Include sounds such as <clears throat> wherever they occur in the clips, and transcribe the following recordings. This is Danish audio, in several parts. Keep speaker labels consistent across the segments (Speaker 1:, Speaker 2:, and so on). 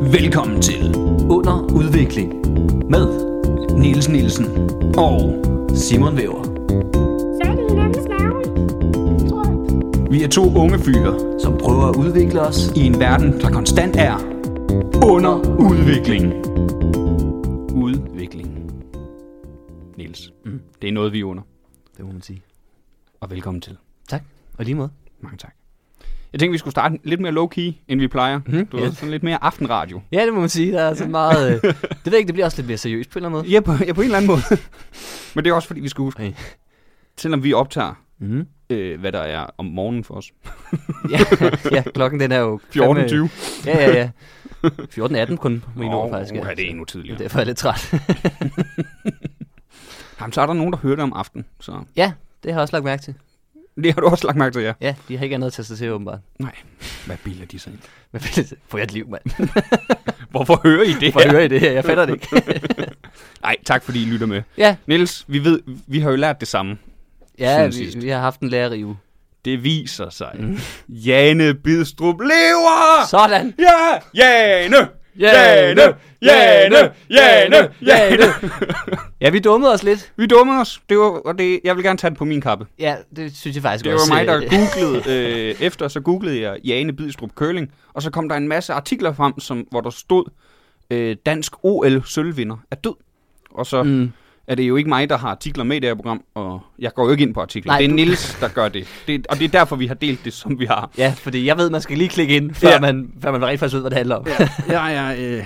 Speaker 1: Velkommen til Under Udvikling med Niels Nielsen og Simon Væver.
Speaker 2: Fat i hinandens navle. Tror jeg.
Speaker 1: Vi er to unge fyre
Speaker 3: som prøver at udvikle os.
Speaker 1: i en verden, der konstant er under udvikling. Udvikling. Niels, mm. det er noget, vi er under.
Speaker 3: Det må man sige.
Speaker 1: Og velkommen til.
Speaker 3: Tak, og lige måde.
Speaker 1: Mange tak. Jeg tænkte, vi skulle starte lidt mere low-key, end vi plejer. Mm, du
Speaker 3: ja.
Speaker 1: ved, sådan lidt mere aftenradio.
Speaker 3: Ja, det må man sige. Der er så <laughs> meget... Øh, det ved jeg ikke, det bliver også lidt mere seriøst på en eller anden måde.
Speaker 1: Ja, på, ja, på en eller anden måde. <laughs> Men det er også, fordi vi skal huske,
Speaker 3: Hey.
Speaker 1: selvom vi optager
Speaker 3: Mm.
Speaker 1: øh, hvad der er om morgenen for os.
Speaker 3: Ja, <laughs> ja, klokken den er jo... fandme-
Speaker 1: 14.20.
Speaker 3: Ja, ja, ja. 14.18 kun må I nå, faktisk.
Speaker 1: Ja, det er endnu
Speaker 3: ja.
Speaker 1: tidligere.
Speaker 3: Derfor er jeg lidt træt. <laughs>
Speaker 1: Jamen, så er der nogen, der hører det om aftenen. Så
Speaker 3: ja, det har jeg også lagt mærke til.
Speaker 1: det har du også lagt mærke til, ja.
Speaker 3: Ja, de har ikke andet at tage sig til, åbenbart.
Speaker 1: Nej, hvad biler de så ind?
Speaker 3: Men <laughs> fælles- få jer et liv, mand.
Speaker 1: Hvorfor hører I det
Speaker 3: Hvor
Speaker 1: her?
Speaker 3: hører I det her? Jeg fatter det ikke.
Speaker 1: Nej, tak fordi I lytter med.
Speaker 3: ja,
Speaker 1: Niels, vi ved, vi har jo lært det samme.
Speaker 3: ja
Speaker 1: Siden
Speaker 3: vi,
Speaker 1: sidst.
Speaker 3: vi, har haft en lærerig uge.
Speaker 1: Det viser sig. Mm. Jane Bidstrup lever!
Speaker 3: Sådan!
Speaker 1: Ja! Jane! Jane!
Speaker 3: Jane!
Speaker 1: Jane! Jane! Jane!
Speaker 3: Ja, vi dummede os lidt.
Speaker 1: Vi dummede os. Det var, og det, jeg vil gerne tage den på min kappe.
Speaker 3: Ja, det synes jeg faktisk
Speaker 1: Det
Speaker 3: også.
Speaker 1: var mig, der
Speaker 3: øh,
Speaker 1: googlede øh, efter, så googlede jeg Jane Bidstrup Curling, og så kom der en masse artikler frem, som, hvor der stod, øh, dansk OL-sølvvinder er død. Og så mm.
Speaker 3: <laughs> Mm.
Speaker 1: er det jo ikke mig, der har artikler med i det her program, og jeg går jo ikke ind på artikler. Nej,
Speaker 3: Nej,
Speaker 1: det er du...
Speaker 3: du-
Speaker 1: Nils der gør det. det. Og det er derfor, vi har delt det, som vi har.
Speaker 3: Ja, fordi jeg ved, man skal lige klikke ind, før,
Speaker 1: Ja.
Speaker 3: ja. man, før man rent faktisk ved, hvad det handler om. <laughs> Ja.
Speaker 1: Jeg er, øh,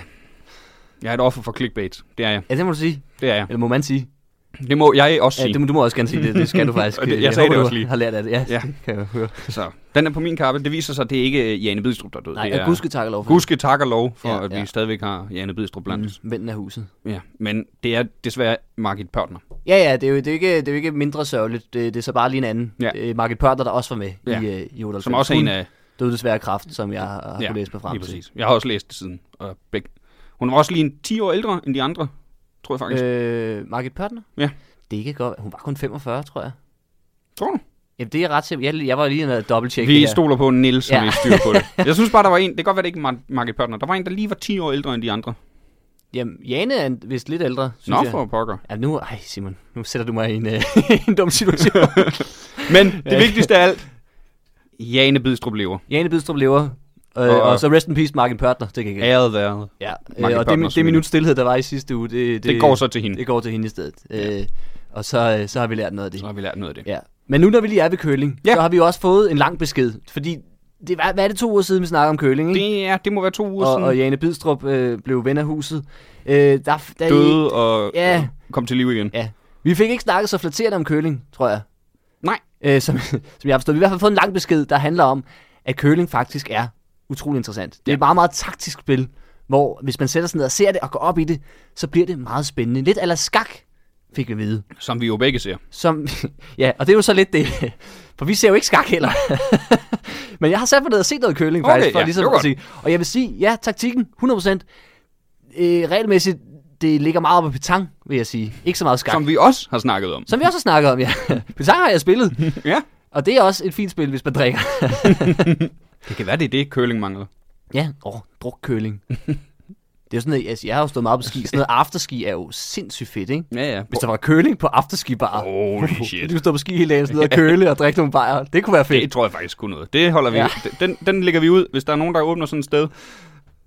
Speaker 1: jeg er et offer for clickbait. Det er jeg.
Speaker 3: <laughs> ja, det må du sige.
Speaker 1: Det er jeg.
Speaker 3: Eller må man sige.
Speaker 1: Det må jeg også
Speaker 3: Ja,
Speaker 1: sige.
Speaker 3: det, må- du må også gerne sige det. Det skal du faktisk.
Speaker 1: <laughs> Og det- jeg
Speaker 3: Øh,
Speaker 1: sagde
Speaker 3: håber,
Speaker 1: det
Speaker 3: du
Speaker 1: også lige.
Speaker 3: har lært af det. Ja,
Speaker 1: Ja.
Speaker 3: ja. det kan jeg høre.
Speaker 1: Så den er på min kappe. Det viser sig, at det er ikke øh, Jane Bidstrup, der er død.
Speaker 3: Nej,
Speaker 1: det
Speaker 3: jeg
Speaker 1: er...
Speaker 3: gudske takker lov for
Speaker 1: Gudske tak og lov for, ja,
Speaker 3: Ja,
Speaker 1: at vi
Speaker 3: ja.
Speaker 1: stadigvæk har Jane Bidstrup blandt os.
Speaker 3: Mm, Vennen af huset.
Speaker 1: Ja, men det er desværre Margit Pørtner.
Speaker 3: Ja, ja, det er jo, det er jo, ikke, det er jo ikke mindre sørgeligt. Det, det er så bare lige en anden.
Speaker 1: Ja.
Speaker 3: Ja. Margit Pørter, der også var med
Speaker 1: Ja.
Speaker 3: ja. i, øh, i 98.
Speaker 1: Som også er en af...
Speaker 3: Hun døde desværre af kraft, som jeg har, har ja, kunnet læse mig frem
Speaker 1: lige
Speaker 3: til.
Speaker 1: præcis. Jeg har også læst det siden. Og begge. Hun var også lige en 10 år ældre end de andre, tror jeg faktisk. Øh.
Speaker 3: Øh, Margit Pørtner?
Speaker 1: Ja.
Speaker 3: Det kan godt være. Hun var kun 45, tror jeg.
Speaker 1: Tror du?
Speaker 3: Jamen, det er ret simpelt. Jeg, jeg var lige nødt til at dobbelttjekke
Speaker 1: Vi
Speaker 3: det her.
Speaker 1: stoler på Nils, som ja.
Speaker 3: Ja.
Speaker 1: er styr på
Speaker 3: <laughs>
Speaker 1: det. Jeg synes bare, der var en... Det kan godt være, det ikke er Mar- Margit Pørtner. Der var en, der lige var 10 år ældre end de andre.
Speaker 3: Jamen, Jane er en- vist lidt ældre, synes
Speaker 1: Nå,
Speaker 3: jeg.
Speaker 1: for pokker.
Speaker 3: Ja, nu, ej Simon, nu sætter du mig i en, <laughs> øh, en dum situation.
Speaker 1: <laughs> Men det
Speaker 3: Ja.
Speaker 1: vigtigste af alt... Jane Bidstrup lever.
Speaker 3: Jane Bidstrup lever, øh,
Speaker 1: Og-
Speaker 3: og, og så rest in peace Martin Pørtner, det kan jeg ikke.
Speaker 1: Æret været.
Speaker 3: Ja,
Speaker 1: Margit
Speaker 3: øh, og
Speaker 1: Pørtner,
Speaker 3: det, mi-
Speaker 1: som
Speaker 3: det
Speaker 1: vi-
Speaker 3: minut stillhed, der var i sidste uge, det,
Speaker 1: Det går så til hende.
Speaker 3: det går til hende i stedet. Ja. Øh, og så, øh, så har vi lært noget af det.
Speaker 1: Så har vi lært noget af det.
Speaker 3: Ja. Men nu når vi lige er ved køling,
Speaker 1: Ja.
Speaker 3: så har vi jo også fået en lang besked, fordi det, hvad, hvad er det to uger siden, vi snakker om køling, ikke?
Speaker 1: Det, er, det må være to uger
Speaker 3: og,
Speaker 1: siden.
Speaker 3: og Jane Bidstrup øh, blev ven af huset. Øh, der, der,
Speaker 1: døde og
Speaker 3: Ja.
Speaker 1: kom til live igen.
Speaker 3: Ja. Vi fik ikke snakket så flatterende om køling, tror jeg.
Speaker 1: Nej.
Speaker 3: Øh, som, <laughs> som jeg har forstået. Vi har i hvert fald fået en lang besked, der handler om, at køling faktisk er utrolig interessant. Det er
Speaker 1: Ja.
Speaker 3: ja. et meget, meget taktisk spil, hvor hvis man sætter sig ned og ser det og går op i det, så bliver det meget spændende. Lidt eller skak, fik vi at vide.
Speaker 1: Som vi jo begge ser.
Speaker 3: Som, <laughs> ja, og det er jo så lidt det. <laughs> For vi ser jo ikke skak heller. <laughs> Men jeg har sat mig ned og set noget køling
Speaker 1: Okay,
Speaker 3: faktisk,
Speaker 1: ja,
Speaker 3: for
Speaker 1: det
Speaker 3: ligesom
Speaker 1: var godt.
Speaker 3: at sige. Og jeg vil sige, ja, taktikken, 100%. Øh, regelmæssigt, det ligger meget op på petang, vil jeg sige. Ikke så meget skak.
Speaker 1: Som vi også har snakket om.
Speaker 3: Som vi også har snakket <laughs> om, ja. Petang har jeg spillet,
Speaker 1: Ja.
Speaker 3: og det er også et fint spil, hvis man drikker.
Speaker 1: Det kan være, det er det, curling mangler.
Speaker 3: Ja, åh, drukkøling. Det er jo sådan, at altså, jeg har jo stået meget på ski. Sådan noget afterski er jo sindssygt fedt, ikke?
Speaker 1: Ja, ja.
Speaker 3: Hvis der var køling på afterski bare.
Speaker 1: <laughs> Holy shit.
Speaker 3: Du står på ski hele dagen, sådan noget og køle og drikke nogle bajer. Det kunne være
Speaker 1: Det
Speaker 3: fedt.
Speaker 1: tror jeg faktisk kunne noget. Det holder vi. Ja.
Speaker 3: Ja.
Speaker 1: Den, den lægger vi ud, hvis der er nogen, der åbner sådan et sted.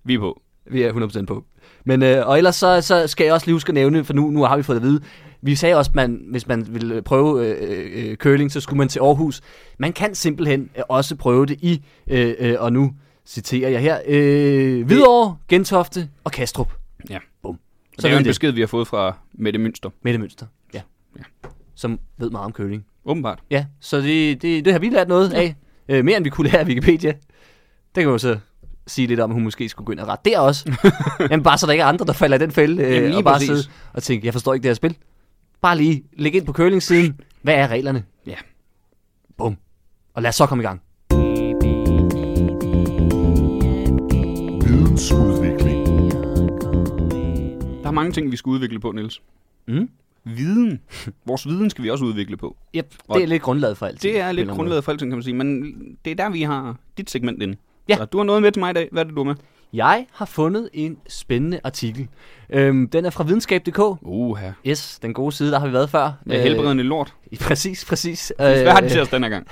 Speaker 1: Vi er på.
Speaker 3: Vi er 100% på. Men, øh, og ellers så, så skal jeg også lige huske at nævne, for nu, nu har vi fået det at vide, vi sagde også, at man, hvis man ville prøve øh, øh, curling, så skulle man til Aarhus. Man kan simpelthen øh, også prøve det i, øh, øh, og nu citerer jeg her, øh, Hvidovre, Gentofte og Kastrup.
Speaker 1: Ja.
Speaker 3: Bum.
Speaker 1: Så det er jo en besked, vi har fået fra Mette Mønster.
Speaker 3: Mette Mønster. Ja.
Speaker 1: Ja.
Speaker 3: ja. Som ved meget om curling.
Speaker 1: Åbenbart.
Speaker 3: Ja, så det, det, det har vi lært noget af. Øh, mere end vi kunne lære af Wikipedia. Det kan man jo så sige lidt om, at hun måske skulle gå ind og rette der også.
Speaker 1: <laughs>
Speaker 3: Jamen bare så der ikke er andre, der falder i den fælde øh,
Speaker 1: Jamen, lige
Speaker 3: og bare
Speaker 1: præcis.
Speaker 3: sidde og tænke, jeg forstår ikke det her spil. Bare lige læg ind på curling-siden. Hvad er reglerne?
Speaker 1: Ja.
Speaker 3: Bum. Og lad os så komme i gang.
Speaker 4: Vidensudvikling.
Speaker 1: Der er mange ting, vi skal udvikle på, Niels.
Speaker 3: Mm.
Speaker 1: Viden. Vores viden skal vi også udvikle på.
Speaker 3: Yep,
Speaker 1: Og-
Speaker 3: det er lidt grundlaget for alt.
Speaker 1: Det er lidt grundlaget for alting, kan man sige. Men det er der, vi har dit segment inde.
Speaker 3: Ja.
Speaker 1: Så du har noget med til mig i dag. Hvad er det, du har med?
Speaker 3: Jeg har fundet en spændende artikel. Øhm, den er fra videnskab.dk.
Speaker 1: Uha.
Speaker 3: Yes, den gode side, der har vi været før.
Speaker 1: Det er helbredende lort. øh,
Speaker 3: Øh, præcis, Øh, præcis.
Speaker 1: Hvad har de til os den her gang?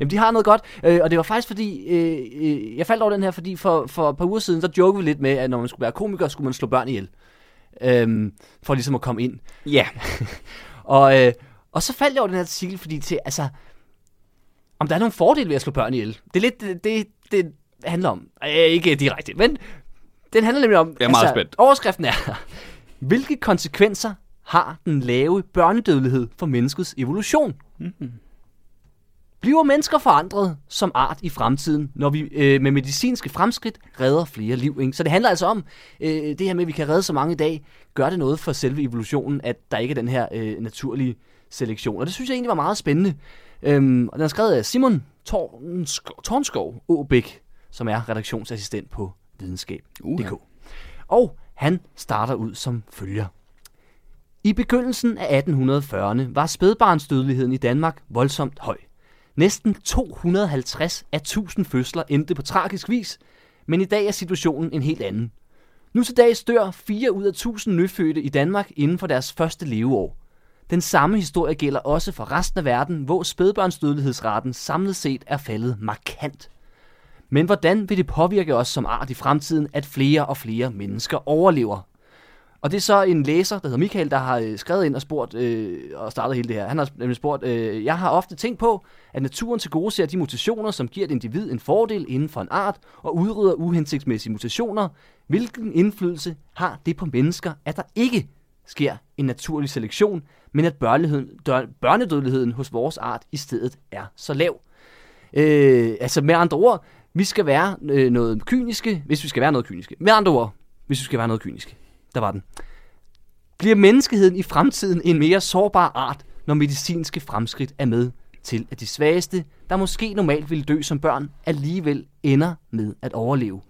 Speaker 3: Jamen, de har noget godt, øh, og det var faktisk fordi, øh, øh, jeg faldt over den her, fordi for, for et par uger siden, så jokede vi lidt med, at når man skulle være komiker, skulle man slå børn ihjel. Øhm, for ligesom at komme ind.
Speaker 1: Ja.
Speaker 3: Og, øh, og så faldt jeg over den her artikel, fordi til, altså, om der er nogle fordele ved at slå børn ihjel. Det er lidt det, det, det handler om. Øh, ikke direkte, men den handler nemlig om... altså,
Speaker 1: Jeg er meget spændt.
Speaker 3: Overskriften er, hvilke konsekvenser har den lave børnedødelighed for menneskets evolution? Mm-hmm. Bliver mennesker forandret som art i fremtiden, når vi øh, med medicinske fremskridt redder flere liv? Ikke? Så det handler altså om øh, det her med, at vi kan redde så mange i dag. Gør det noget for selve evolutionen, at der ikke er den her øh, naturlige selektion? Og det synes jeg egentlig var meget spændende. Øhm, og den er skrevet af Simon Tornskov, Tornskov Åbæk, som er redaktionsassistent på videnskab.dk.
Speaker 1: Uha.
Speaker 3: Og han starter ud som følger. I begyndelsen af 1840'erne var spædbarnsdødeligheden i Danmark voldsomt høj. Næsten 250 af 1000 fødsler endte på tragisk vis, men i dag er situationen en helt anden. Nu til dags dør 4 ud af 1000 nyfødte i Danmark inden for deres første leveår. Den samme historie gælder også for resten af verden, hvor spædbarnsdødelighedsraten samlet set er faldet markant. Men hvordan vil det påvirke os som art i fremtiden, at flere og flere mennesker overlever? Og det er så en læser, der hedder Michael, der har øh, skrevet ind og spurgt øh, og startet hele det her. Han har nemlig spurgt, øh, jeg har ofte tænkt på, at naturen til gode ser de mutationer, som giver et individ en fordel inden for en art og udrydder uhensigtsmæssige mutationer. Hvilken indflydelse har det på mennesker, at der ikke sker en naturlig selektion, men at børneligheden- dør- børnedødeligheden hos vores art i stedet er så lav? Øh, altså med andre ord, vi skal være øh, noget kyniske, hvis vi skal være noget kyniske. Med andre ord, hvis vi skal være noget kyniske. Der var den. Bliver menneskeheden i fremtiden en mere sårbar art, når medicinske fremskridt er med til, at de svageste, der måske normalt ville dø som børn, alligevel ender med at overleve?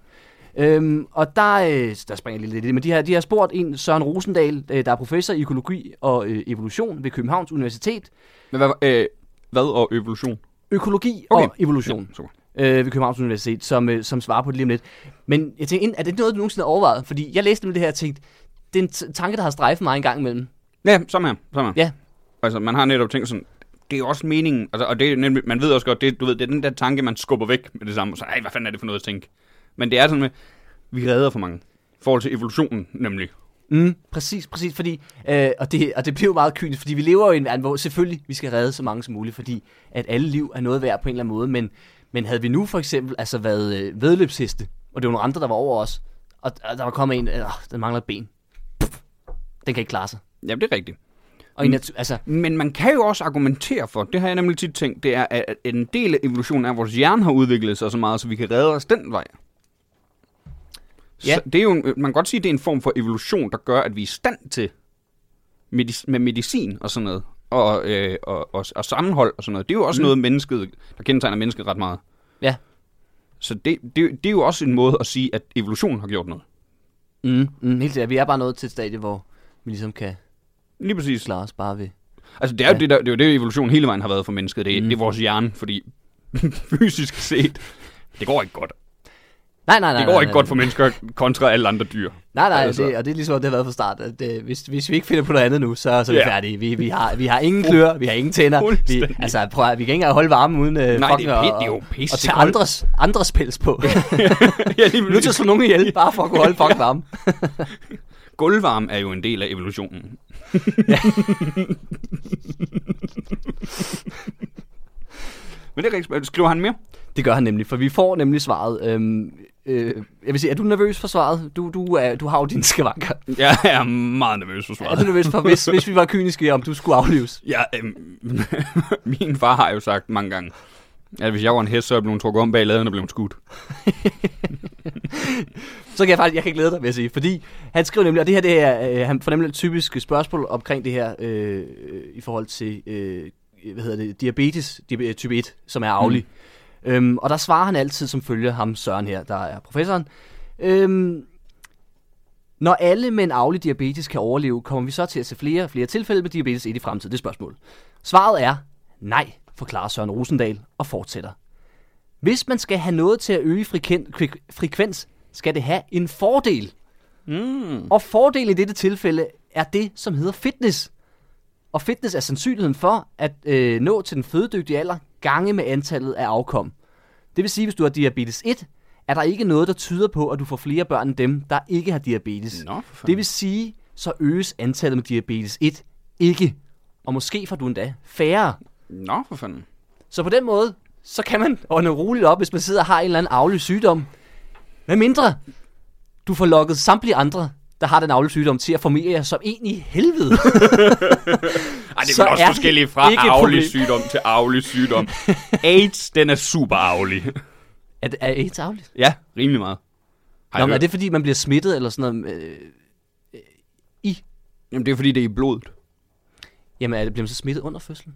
Speaker 3: Øhm, og der, øh, der springer jeg lige lidt i det, men de har, de har spurgt en Søren Rosendal, øh, der er professor i økologi og øh, evolution ved Københavns Universitet.
Speaker 1: Men hvad, øh, hvad og evolution?
Speaker 3: Økologi
Speaker 1: Okay.
Speaker 3: og evolution
Speaker 1: Super.
Speaker 3: øh, ved Københavns Universitet, som, øh, som svarer på det lige om lidt. Men jeg tænkte, ind- er det noget, du nogensinde har overvejet? Fordi jeg læste nemlig det her og tænkte, det er en t- tanke, der har strejfet mig en gang imellem.
Speaker 1: Ja, som her. Som her.
Speaker 3: Ja,
Speaker 1: Altså, man har netop tænkt sådan, det er jo også meningen, altså, og det er nemlig, man ved også godt, det, du ved, det er den der tanke, man skubber væk med det samme, så ej, hvad fanden er det for noget at tænke? Men det er sådan med, vi redder for mange, i forhold til evolutionen nemlig.
Speaker 3: mm, præcis, præcis, fordi, øh, og, det, og det bliver jo meget kynisk, fordi vi lever jo i en verden, hvor selvfølgelig vi skal redde så mange som muligt, fordi at alle liv er noget værd på en eller anden måde, men, men havde vi nu for eksempel altså været øh, vedløbsheste, og det var nogle andre, der var over os, og, og der var kommet en, øh, den mangler et ben, Pff, den kan ikke klare sig.
Speaker 1: Jamen, det er rigtigt.
Speaker 3: Og mm. natu- altså,
Speaker 1: Men man kan jo også argumentere for, det har jeg nemlig tit tænkt, det er, at en del af evolutionen er, at vores hjerne har udviklet sig så meget, så vi kan redde os den vej.
Speaker 3: Ja.
Speaker 1: Ja. Så det er jo en, man kan godt sige, at det er en form for evolution, der gør, at vi er i stand til medic- med medicin og sådan noget, og, øh, og, og, og sammenhold og sådan noget. Det er jo også mm. noget, mennesket, der kendetegner mennesket ret meget.
Speaker 3: ja,
Speaker 1: Så det, det, det er jo også en måde at sige, at evolutionen har gjort noget.
Speaker 3: Mm, mm, helt sikkert. Vi er bare nået til et stadie, hvor vi ligesom kan
Speaker 1: Lige præcis.
Speaker 3: klare os bare ved.
Speaker 1: Altså, det er, ja.
Speaker 3: Ja.
Speaker 1: jo det, der, det er jo det, evolution hele vejen har været for mennesket. Det, mm. det er vores hjerne, fordi <laughs> fysisk set, det går ikke godt.
Speaker 3: Nej, nej, nej.
Speaker 1: Det går
Speaker 3: nej,
Speaker 1: ikke
Speaker 3: nej,
Speaker 1: godt for mennesker kontra alle andre
Speaker 3: <laughs>
Speaker 1: dyr.
Speaker 3: Nej, nej,
Speaker 1: Altså.
Speaker 3: det, og det er ligesom, det har været fra start. At, øh, hvis, hvis vi ikke finder på noget andet nu, så, så er vi
Speaker 1: Ja.
Speaker 3: færdige. Vi, vi, har, vi har ingen klør, vi har ingen tænder. Vi,
Speaker 1: Fuldstændig.
Speaker 3: altså, prøv at, vi kan ikke engang holde varmen uden øh,
Speaker 1: Nej,
Speaker 3: fucking
Speaker 1: det er
Speaker 3: at-
Speaker 1: pis- det er jo
Speaker 3: at-
Speaker 1: pis.
Speaker 3: at tage
Speaker 1: Det kan-
Speaker 3: andres, andres pels på. <laughs>
Speaker 1: ja, lige
Speaker 3: Vi er nødt til at slå nogen ihjel, bare for at kunne holde fucking varmen.
Speaker 1: Gulvvarme er jo en del af evolutionen. Men det er rigtig spændende. Skriver han mere?
Speaker 3: <laughs> Det gør han nemlig, for vi får nemlig svaret. Øhm, øh, jeg vil sige, er du nervøs for svaret? Du, du, er, du har jo dine skavanker.
Speaker 1: Jeg er meget nervøs for
Speaker 3: Er du
Speaker 1: svaret.
Speaker 3: nervøs for, hvis, hvis vi var kyniske, om du skulle aflives?
Speaker 1: Ja, øhm, <laughs> min far har jo sagt mange gange, at hvis jeg var en hest, så blev hun trukket om bag laden og blev skudt.
Speaker 3: Så kan jeg faktisk, jeg kan glæde dig, vil jeg sige. Fordi han skriver nemlig, og det her det er, øh, han får nemlig et typisk spørgsmål omkring det her øh, øh, i forhold til, øh, hvad hedder det, diabetes diab- øh, type 1, som er aflig. Mm. Øhm, og der svarer han altid som følger ham Søren her, der er professoren. Øhm, når alle med en aflig diabetes kan overleve, kommer vi så til at se flere og flere tilfælde med diabetes 1 i fremtiden? Det er spørgsmålet. Svaret er nej, forklarer Søren Rosendal og fortsætter. Hvis man skal have noget til at øge freken- fre- frekvens, skal det have en fordel.
Speaker 1: Mm.
Speaker 3: Og fordelen i dette tilfælde er det, som hedder fitness. Og fitness er sandsynligheden for at øh, nå til den fødedygtige alder gange med antallet af afkom. Det vil sige, hvis du har diabetes 1, er der ikke noget, der tyder på, at du får flere børn end dem, der ikke har diabetes.
Speaker 1: Nå, for fanden.
Speaker 3: det vil sige, så øges antallet med diabetes 1 ikke. Og måske får du endda færre.
Speaker 1: Nå, for fanden.
Speaker 3: Så på den måde, så kan man ånde roligt op, hvis man sidder og har en eller anden arvelig sygdom. Hvad mindre du får lukket samtlige andre, der har den arvelige sygdom, til at formere jer som en i helvede.
Speaker 1: Ej, det er
Speaker 3: Så
Speaker 1: vel også
Speaker 3: er det
Speaker 1: forskelligt fra
Speaker 3: ikke et
Speaker 1: arvelig
Speaker 3: problem.
Speaker 1: sygdom til arvelig
Speaker 3: <laughs>
Speaker 1: sygdom. AIDS, den er super arvelig.
Speaker 3: er, det- er AIDS arveligt?
Speaker 1: Ja, rimelig meget. Har
Speaker 3: Nå,
Speaker 1: jeg
Speaker 3: men er
Speaker 1: hørt.
Speaker 3: det fordi, man bliver smittet eller sådan noget? Øh,
Speaker 1: Jamen, det er fordi, det er i blodet.
Speaker 3: jamen, er det, bliver man så smittet under fødslen?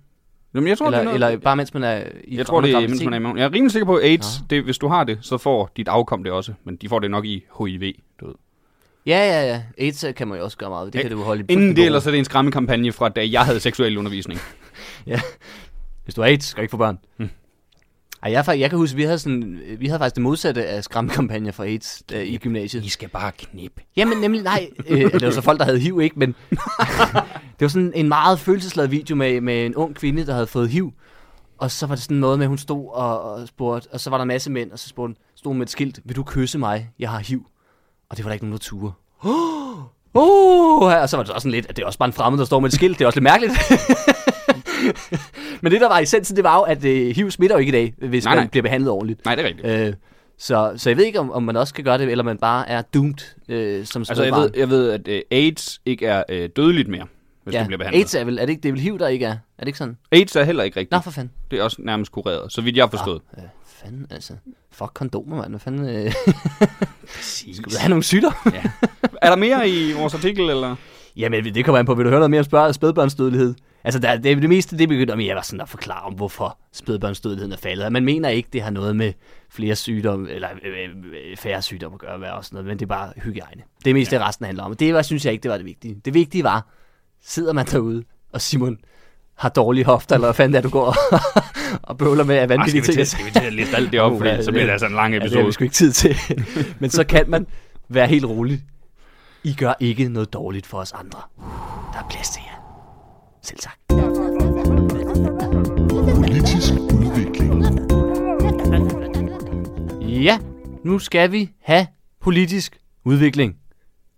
Speaker 1: Jamen, jeg tror, det er
Speaker 3: Eller,
Speaker 1: noget-
Speaker 3: eller bare mens man er i Ah.
Speaker 1: jeg tror, det er,
Speaker 3: graviditet?
Speaker 1: mens man er i maven. Jeg er rimelig sikker på, at AIDS, det, hvis du har det, så får dit afkom det også. Men de får det nok i HIV, du ved.
Speaker 3: Ja, ja, ja. AIDS øh, kan man jo også gøre meget ved. Det kan du jo holde i
Speaker 1: Inden det,
Speaker 3: fucking
Speaker 1: ellers er det en skræmmekampagne fra, da jeg havde seksuel undervisning.
Speaker 3: Hvis du har AIDS, skal du ikke få børn.
Speaker 1: Hm.
Speaker 3: Hmm. Ej, jeg, er fak- jeg kan huske, vi havde, sådan, vi havde faktisk det modsatte af skræmmekampagner for AIDS øh, <laughs> i gymnasiet.
Speaker 1: I skal bare knippe.
Speaker 3: Jamen nemlig, nej, øh, det var så folk, der havde HIV, ikke? Men <laughs> det var sådan en meget følelsesladet video med, med en ung kvinde, der havde fået HIV. Og så var det sådan noget med, at hun stod og, og spurgte, og så var der en masse mænd, og så spurgte hun, stod hun med et skilt, vil du kysse mig? Jeg har HIV. Og det var der ikke nogen, der turde. <gasps> Oh, og så var det også sådan lidt, at det er også bare en fremmed, der står med et skilt. Det er også lidt <laughs> mærkeligt. Men det, der var essensen, det var jo, at øh, HIV smitter jo ikke i dag, hvis
Speaker 1: Nej,
Speaker 3: nej, man
Speaker 1: nej.
Speaker 3: nej. bliver behandlet ordentligt.
Speaker 1: Nej, det er rigtigt.
Speaker 3: Øh, så, så jeg ved ikke, om, om man også kan gøre det, eller man bare er doomed øh, som
Speaker 1: altså, jeg
Speaker 3: spædbarn.
Speaker 1: ved, jeg ved, at øh, AIDS ikke er øh, dødeligt mere, hvis ja. du bliver behandlet. AIDS
Speaker 3: AIDS er vel, er det ikke, det er vel HIV, der ikke er? Er det ikke sådan?
Speaker 1: er, AIDS er heller ikke rigtigt.
Speaker 3: Nå, for fanden.
Speaker 1: Det er også nærmest kureret, så vidt jeg har forstået.
Speaker 3: Øh, fanden, altså. Fuck kondomer, mand. Hvad fanden? Øh,
Speaker 1: Præcis.
Speaker 3: skal du have nogle sygdomme?
Speaker 1: Ja. Er der mere i vores artikel, eller?
Speaker 3: Jamen, det kommer an på. Vil du høre noget mere om spørg- spædbørnsdødelighed? Altså, der, det, det meste, det begynder med, jeg var sådan at forklare om, hvorfor spædbørnsdødeligheden er faldet. Og Man mener ikke, det har noget med flere sygdomme, eller øh, øh, færre sygdomme at gøre, og sådan noget, men det er bare hygiejne. Det er mest ja. det, resten handler om. Og Det var, synes jeg ikke, det var det vigtige. Det vigtige var, sidder man derude, og Simon har dårlige hofter, eller hvad fanden er, du går og, <laughs> og bøvler med af vanvittige ting.
Speaker 1: vi til at liste alt det op,
Speaker 3: Uh,
Speaker 1: fordi
Speaker 3: ja,
Speaker 1: så bliver
Speaker 3: det-
Speaker 1: det altså en lang
Speaker 3: Ja, det har
Speaker 1: episode.
Speaker 3: vi sgu ikke tid til. <laughs> Men så kan man være helt rolig. I gør ikke noget dårligt for os andre. Der er plads til jer. Selv tak.
Speaker 4: Politisk udvikling.
Speaker 3: Ja, nu skal vi have politisk udvikling.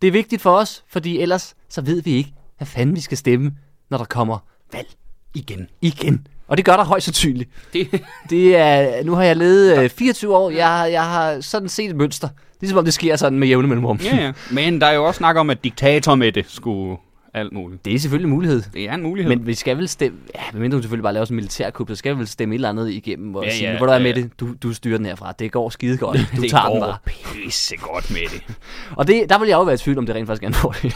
Speaker 3: Det er vigtigt for os, fordi ellers så ved vi ikke, hvad fanden vi skal stemme, når der kommer valg
Speaker 1: Igen.
Speaker 3: igen. Og det gør der højst sandsynligt.
Speaker 1: Det,
Speaker 3: Det er, nu har jeg levet øh, 24 år. Jeg, har- jeg har sådan set et mønster. Ligesom om det sker sådan med jævne mellemrum.
Speaker 1: ja, ja. Men der er jo også snak om, at diktator med det skulle alt muligt.
Speaker 3: Det er selvfølgelig en mulighed.
Speaker 1: Det er en mulighed.
Speaker 3: Men vi skal vel stemme, ja, medmindre hun selvfølgelig bare laver sådan en militærkup, så skal vi vel stemme et eller andet igennem og
Speaker 1: Ja,
Speaker 3: ja, sige,
Speaker 1: ja,
Speaker 3: ja, hvor du er
Speaker 1: ja,
Speaker 3: med
Speaker 1: ja.
Speaker 3: det, du, du styrer den herfra, det går
Speaker 1: <laughs>
Speaker 3: skide godt, du
Speaker 1: det
Speaker 3: tager
Speaker 1: går
Speaker 3: den bare.
Speaker 1: pisse godt med det.
Speaker 3: Og det, der vil jeg jo være i tvivl, om det rent faktisk er en
Speaker 1: <laughs>
Speaker 3: fordel.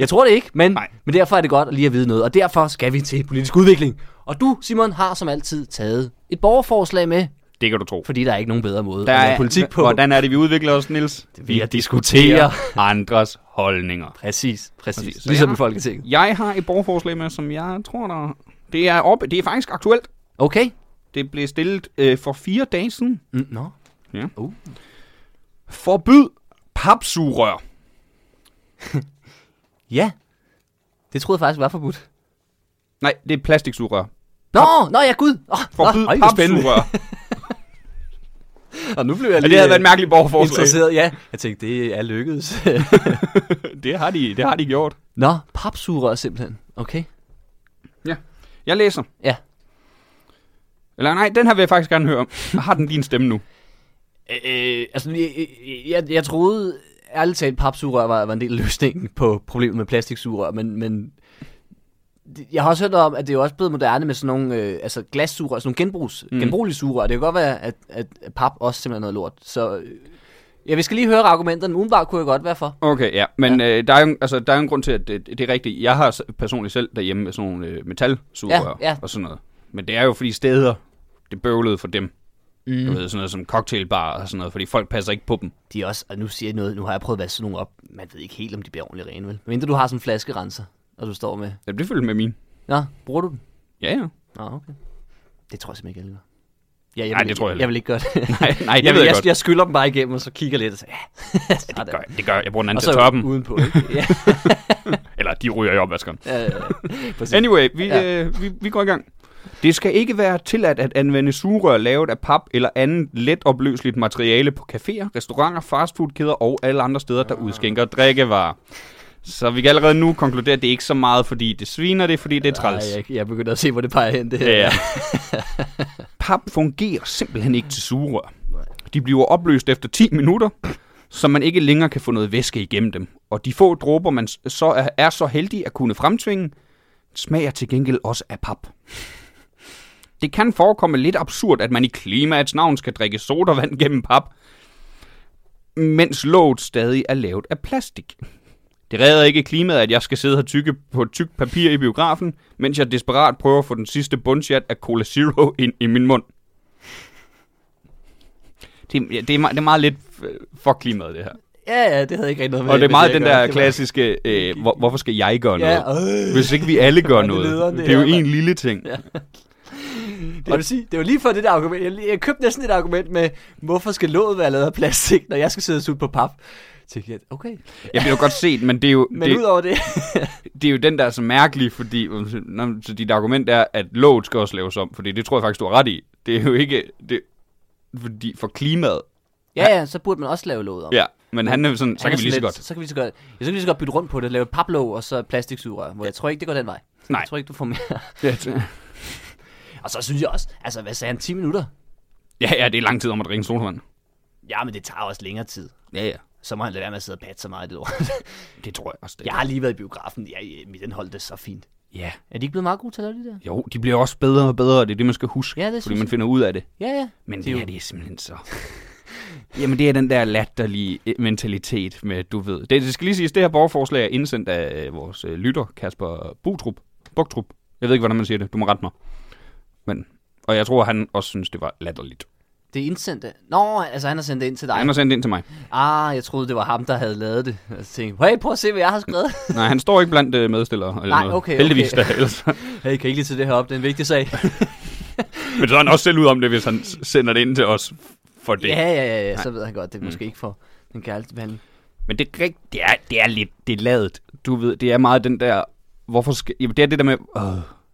Speaker 3: jeg tror det ikke, men,
Speaker 1: Nej.
Speaker 3: men derfor er det godt lige at vide noget, og derfor skal vi til politisk udvikling. Og du, Simon, har som altid taget et borgerforslag med,
Speaker 1: Det kan du tro.
Speaker 3: fordi der er ikke nogen bedre måde
Speaker 1: Der
Speaker 3: at
Speaker 1: er,
Speaker 3: lave politik på.
Speaker 1: Hvordan er det, vi udvikler os, Nils?
Speaker 3: ved at diskutere.
Speaker 1: andres holdninger.
Speaker 3: Præcis, præcis.
Speaker 1: Præcis.
Speaker 3: præcis. Ligesom
Speaker 1: Ja.
Speaker 3: i Folketinget.
Speaker 1: Jeg har et borgerforslag med, som jeg tror, der... Det er, op... det er faktisk aktuelt.
Speaker 3: Okay.
Speaker 1: Det blev stillet øh, for fire dage siden.
Speaker 3: Mm, Nå.
Speaker 1: Forbyd papsugerør.
Speaker 3: Ja. Det troede jeg faktisk var forbudt.
Speaker 1: Nej, det er plastiksugerør.
Speaker 3: Nå, nå ja, gud. Oh,
Speaker 1: Forbyd
Speaker 3: <laughs>
Speaker 1: papsugerør.
Speaker 3: Og nu blev jeg
Speaker 1: Ja,
Speaker 3: lige...
Speaker 1: det havde
Speaker 3: øh,
Speaker 1: været et mærkeligt borgerforslag.
Speaker 3: interesseret, ja. Jeg tænkte, det er lykkedes.
Speaker 1: <laughs>
Speaker 3: <laughs>
Speaker 1: Det har, de, det har de gjort.
Speaker 3: Nå, papsugerør simpelthen. Okay.
Speaker 1: Jeg læser.
Speaker 3: Ja.
Speaker 1: Eller nej, den her vil jeg faktisk gerne høre om. Jeg har den din stemme nu.
Speaker 3: Øh, altså, jeg, jeg, jeg troede ærligt talt, papsugerør var, var en del af løsningen på problemet med plastiksugerør, men, men det- jeg har også hørt noget om, at det er jo også blevet moderne med sådan nogle øh, altså glassugerør, sådan nogle genbrugs, mm. genbrugelige sugerør. Det kan godt være, at, at pap også simpelthen er noget lort. Så øh, ja, vi skal lige høre argumenterne. Udenbart kunne jeg godt være for.
Speaker 1: Okay, ja. Men ja. Øh, der, er jo, en- altså, der er jo en grund til, at det, det er rigtigt. Jeg har s- personligt selv derhjemme med sådan nogle øh, metalsugerør
Speaker 3: Ja, ja.
Speaker 1: og sådan noget. Men det er jo fordi steder, det bøvlede for dem. Mm. Du ved, sådan noget som cocktailbar og sådan noget, fordi folk passer ikke på dem.
Speaker 3: De er også, og nu siger jeg noget, nu har jeg prøvet at vaske sådan nogle op. Man ved ikke helt, om de bliver ordentligt rene, vel? Men du har sådan en flaskerenser, og du står med.
Speaker 1: Jamen, det følger med min.
Speaker 3: Nå, bruger du den? <laughs>
Speaker 1: Ja, ja.
Speaker 3: Nå, okay. Det tror jeg simpelthen ikke, alle gør. Ja, jeg
Speaker 1: Nej,
Speaker 3: vil,
Speaker 1: det tror jeg heller
Speaker 3: jeg vil ikke gøre det.
Speaker 1: Nej, nej, det
Speaker 3: jeg,
Speaker 1: ved <laughs> jeg
Speaker 3: jeg,
Speaker 1: godt.
Speaker 3: jeg skylder dem bare igennem, og så kigger lidt og så, ja,
Speaker 1: <laughs> Det gør, jeg- det gør jeg. Jeg bruger den anden
Speaker 3: og
Speaker 1: til
Speaker 3: så
Speaker 1: at tørre dem.
Speaker 3: udenpå.
Speaker 1: <laughs>
Speaker 3: Ikke? Ja,
Speaker 1: Eller de ryger i opvaskeren.
Speaker 3: ja, ja, ja. Præcis.
Speaker 1: Anyway, vi,
Speaker 3: Ja.
Speaker 1: ja. øh, vi, vi går i gang. Det skal ikke være tilladt at anvende sugerør lavet af pap eller andet let opløseligt materiale på caféer, restauranter, fastfoodkæder og alle andre steder, der udskænker drikkevarer. Så vi kan allerede nu konkludere, at det er ikke så meget, fordi det sviner, det er, fordi det er træls.
Speaker 3: Øh, Ej, jeg, jeg begynder at se, hvor det peger hen, det her.
Speaker 1: Ja. <laughs> Pap fungerer simpelthen ikke til sugerør. De bliver opløst efter 10 minutter, så man ikke længere kan få noget væske igennem dem. Og de få dråber, man s- så er, er så heldig at kunne fremtvinge, smager til gengæld også af pap. Det kan forekomme lidt absurd, at man i klimaets navn skal drikke sodavand gennem pap, mens låget stadig er lavet af plastik. Det redder ikke klimaet, at jeg skal sidde her tykke på et tykt papir i biografen, mens jeg desperat prøver at få den sidste bundshat af Cola Zero ind i min mund. Det, ja, det, er, me- det er meget lidt f- for klimaet, det her.
Speaker 3: ja, ja, det havde jeg ikke rigtig noget med.
Speaker 1: Og det er
Speaker 3: med
Speaker 1: meget
Speaker 3: at
Speaker 1: den
Speaker 3: gøre.
Speaker 1: der
Speaker 3: Det var-
Speaker 1: klassiske, øh, hvor, hvorfor skal jeg gøre
Speaker 3: Ja,
Speaker 1: noget?
Speaker 3: øh.
Speaker 1: Hvis ikke vi alle
Speaker 3: <laughs>
Speaker 1: gør
Speaker 3: det
Speaker 1: noget.
Speaker 3: nederen, det
Speaker 1: Det er jo
Speaker 3: er,
Speaker 1: en
Speaker 3: mand.
Speaker 1: lille ting.
Speaker 3: Det vil sige, det var lige før det der argument. Jeg, jeg købte næsten et argument med, hvorfor skal låget være lavet af plastik, når jeg skal sidde og sutte på pap? Så tænkte jeg, okay.
Speaker 1: Jeg bliver jo godt set, men det er jo...
Speaker 3: Men
Speaker 1: det,
Speaker 3: det... udover det,
Speaker 1: det er jo den, der er så mærkelig, fordi nå, så dit argument er, at låget skal også laves om, fordi det tror jeg faktisk, du har ret i. Det er jo ikke det, fordi for klimaet.
Speaker 3: <laughs> ja, ja, så burde man også lave låget om.
Speaker 1: Ja, men han er jo sådan, så
Speaker 3: Han er
Speaker 1: kan vi lige så
Speaker 3: sådan
Speaker 1: godt.
Speaker 3: lidt- Så kan vi lige så godt. Jeg synes, vi lige så godt bytte rundt på det, lave et paplåg og så plastiksugerør, hvor jeg tror ikke, det går den vej.
Speaker 1: Nej.
Speaker 3: Jeg tror ikke, du får mere. <laughs>
Speaker 1: Ja, t-
Speaker 3: Og så synes jeg også, altså hvad sagde han, 10 minutter?
Speaker 1: <laughs> Ja, ja, det er lang tid om at drikke en sodavand.
Speaker 3: Ja, men det tager også længere tid.
Speaker 1: Ja, ja.
Speaker 3: Så må han lade være med at sidde og patte så meget i det lort. <laughs>
Speaker 1: Det tror jeg også. Det.
Speaker 3: jeg har lige været i biografen. Ja, mit den holdt det så fint.
Speaker 1: ja.
Speaker 3: Er de ikke blevet meget gode til at lave det der?
Speaker 1: Jo, de bliver også bedre og bedre, og det er det, man skal huske,
Speaker 3: Ja, det
Speaker 1: fordi
Speaker 3: synes
Speaker 1: man
Speaker 3: jeg.
Speaker 1: finder ud af det.
Speaker 3: Ja, ja.
Speaker 1: Men det,
Speaker 3: er
Speaker 1: det
Speaker 3: jo-
Speaker 1: her, det er simpelthen så... <laughs> Jamen, det er den der latterlige øh, mentalitet med, du ved... Det, det skal lige siges, det her borgerforslag er indsendt af øh, vores øh, lytter, Kasper Butrup. Buktrup. Jeg ved ikke, hvordan man siger det. Du må rette mig. Men, og jeg tror, han også synes, det var latterligt.
Speaker 3: Det er indsendt. af- Nå, altså han har sendt det ind til dig.
Speaker 1: Han har sendt det ind til mig.
Speaker 3: Ah, jeg troede, det var ham, der havde lavet det. Og så tænkte jeg, hey, prøv at se, hvad jeg har skrevet.
Speaker 1: Nej, han står ikke blandt øh, medstillere. Eller
Speaker 3: Nej,
Speaker 1: noget.
Speaker 3: okay,
Speaker 1: Heldigvis
Speaker 3: okay.
Speaker 1: da, ellers.
Speaker 3: <laughs> hey, kan I ikke lige tage det her op? Det er en vigtig sag.
Speaker 1: Men så er han også selv ud om det, hvis han s- sender det ind til os for det.
Speaker 3: <laughs> ja, ja, ja, ja, så ved han godt, det er måske ikke for den kærlige behandling.
Speaker 1: Men det, er rigt- det, er, det er lidt, det er ladet. Du ved, det er meget den der, hvorfor skal, jamen det er det der med, øh,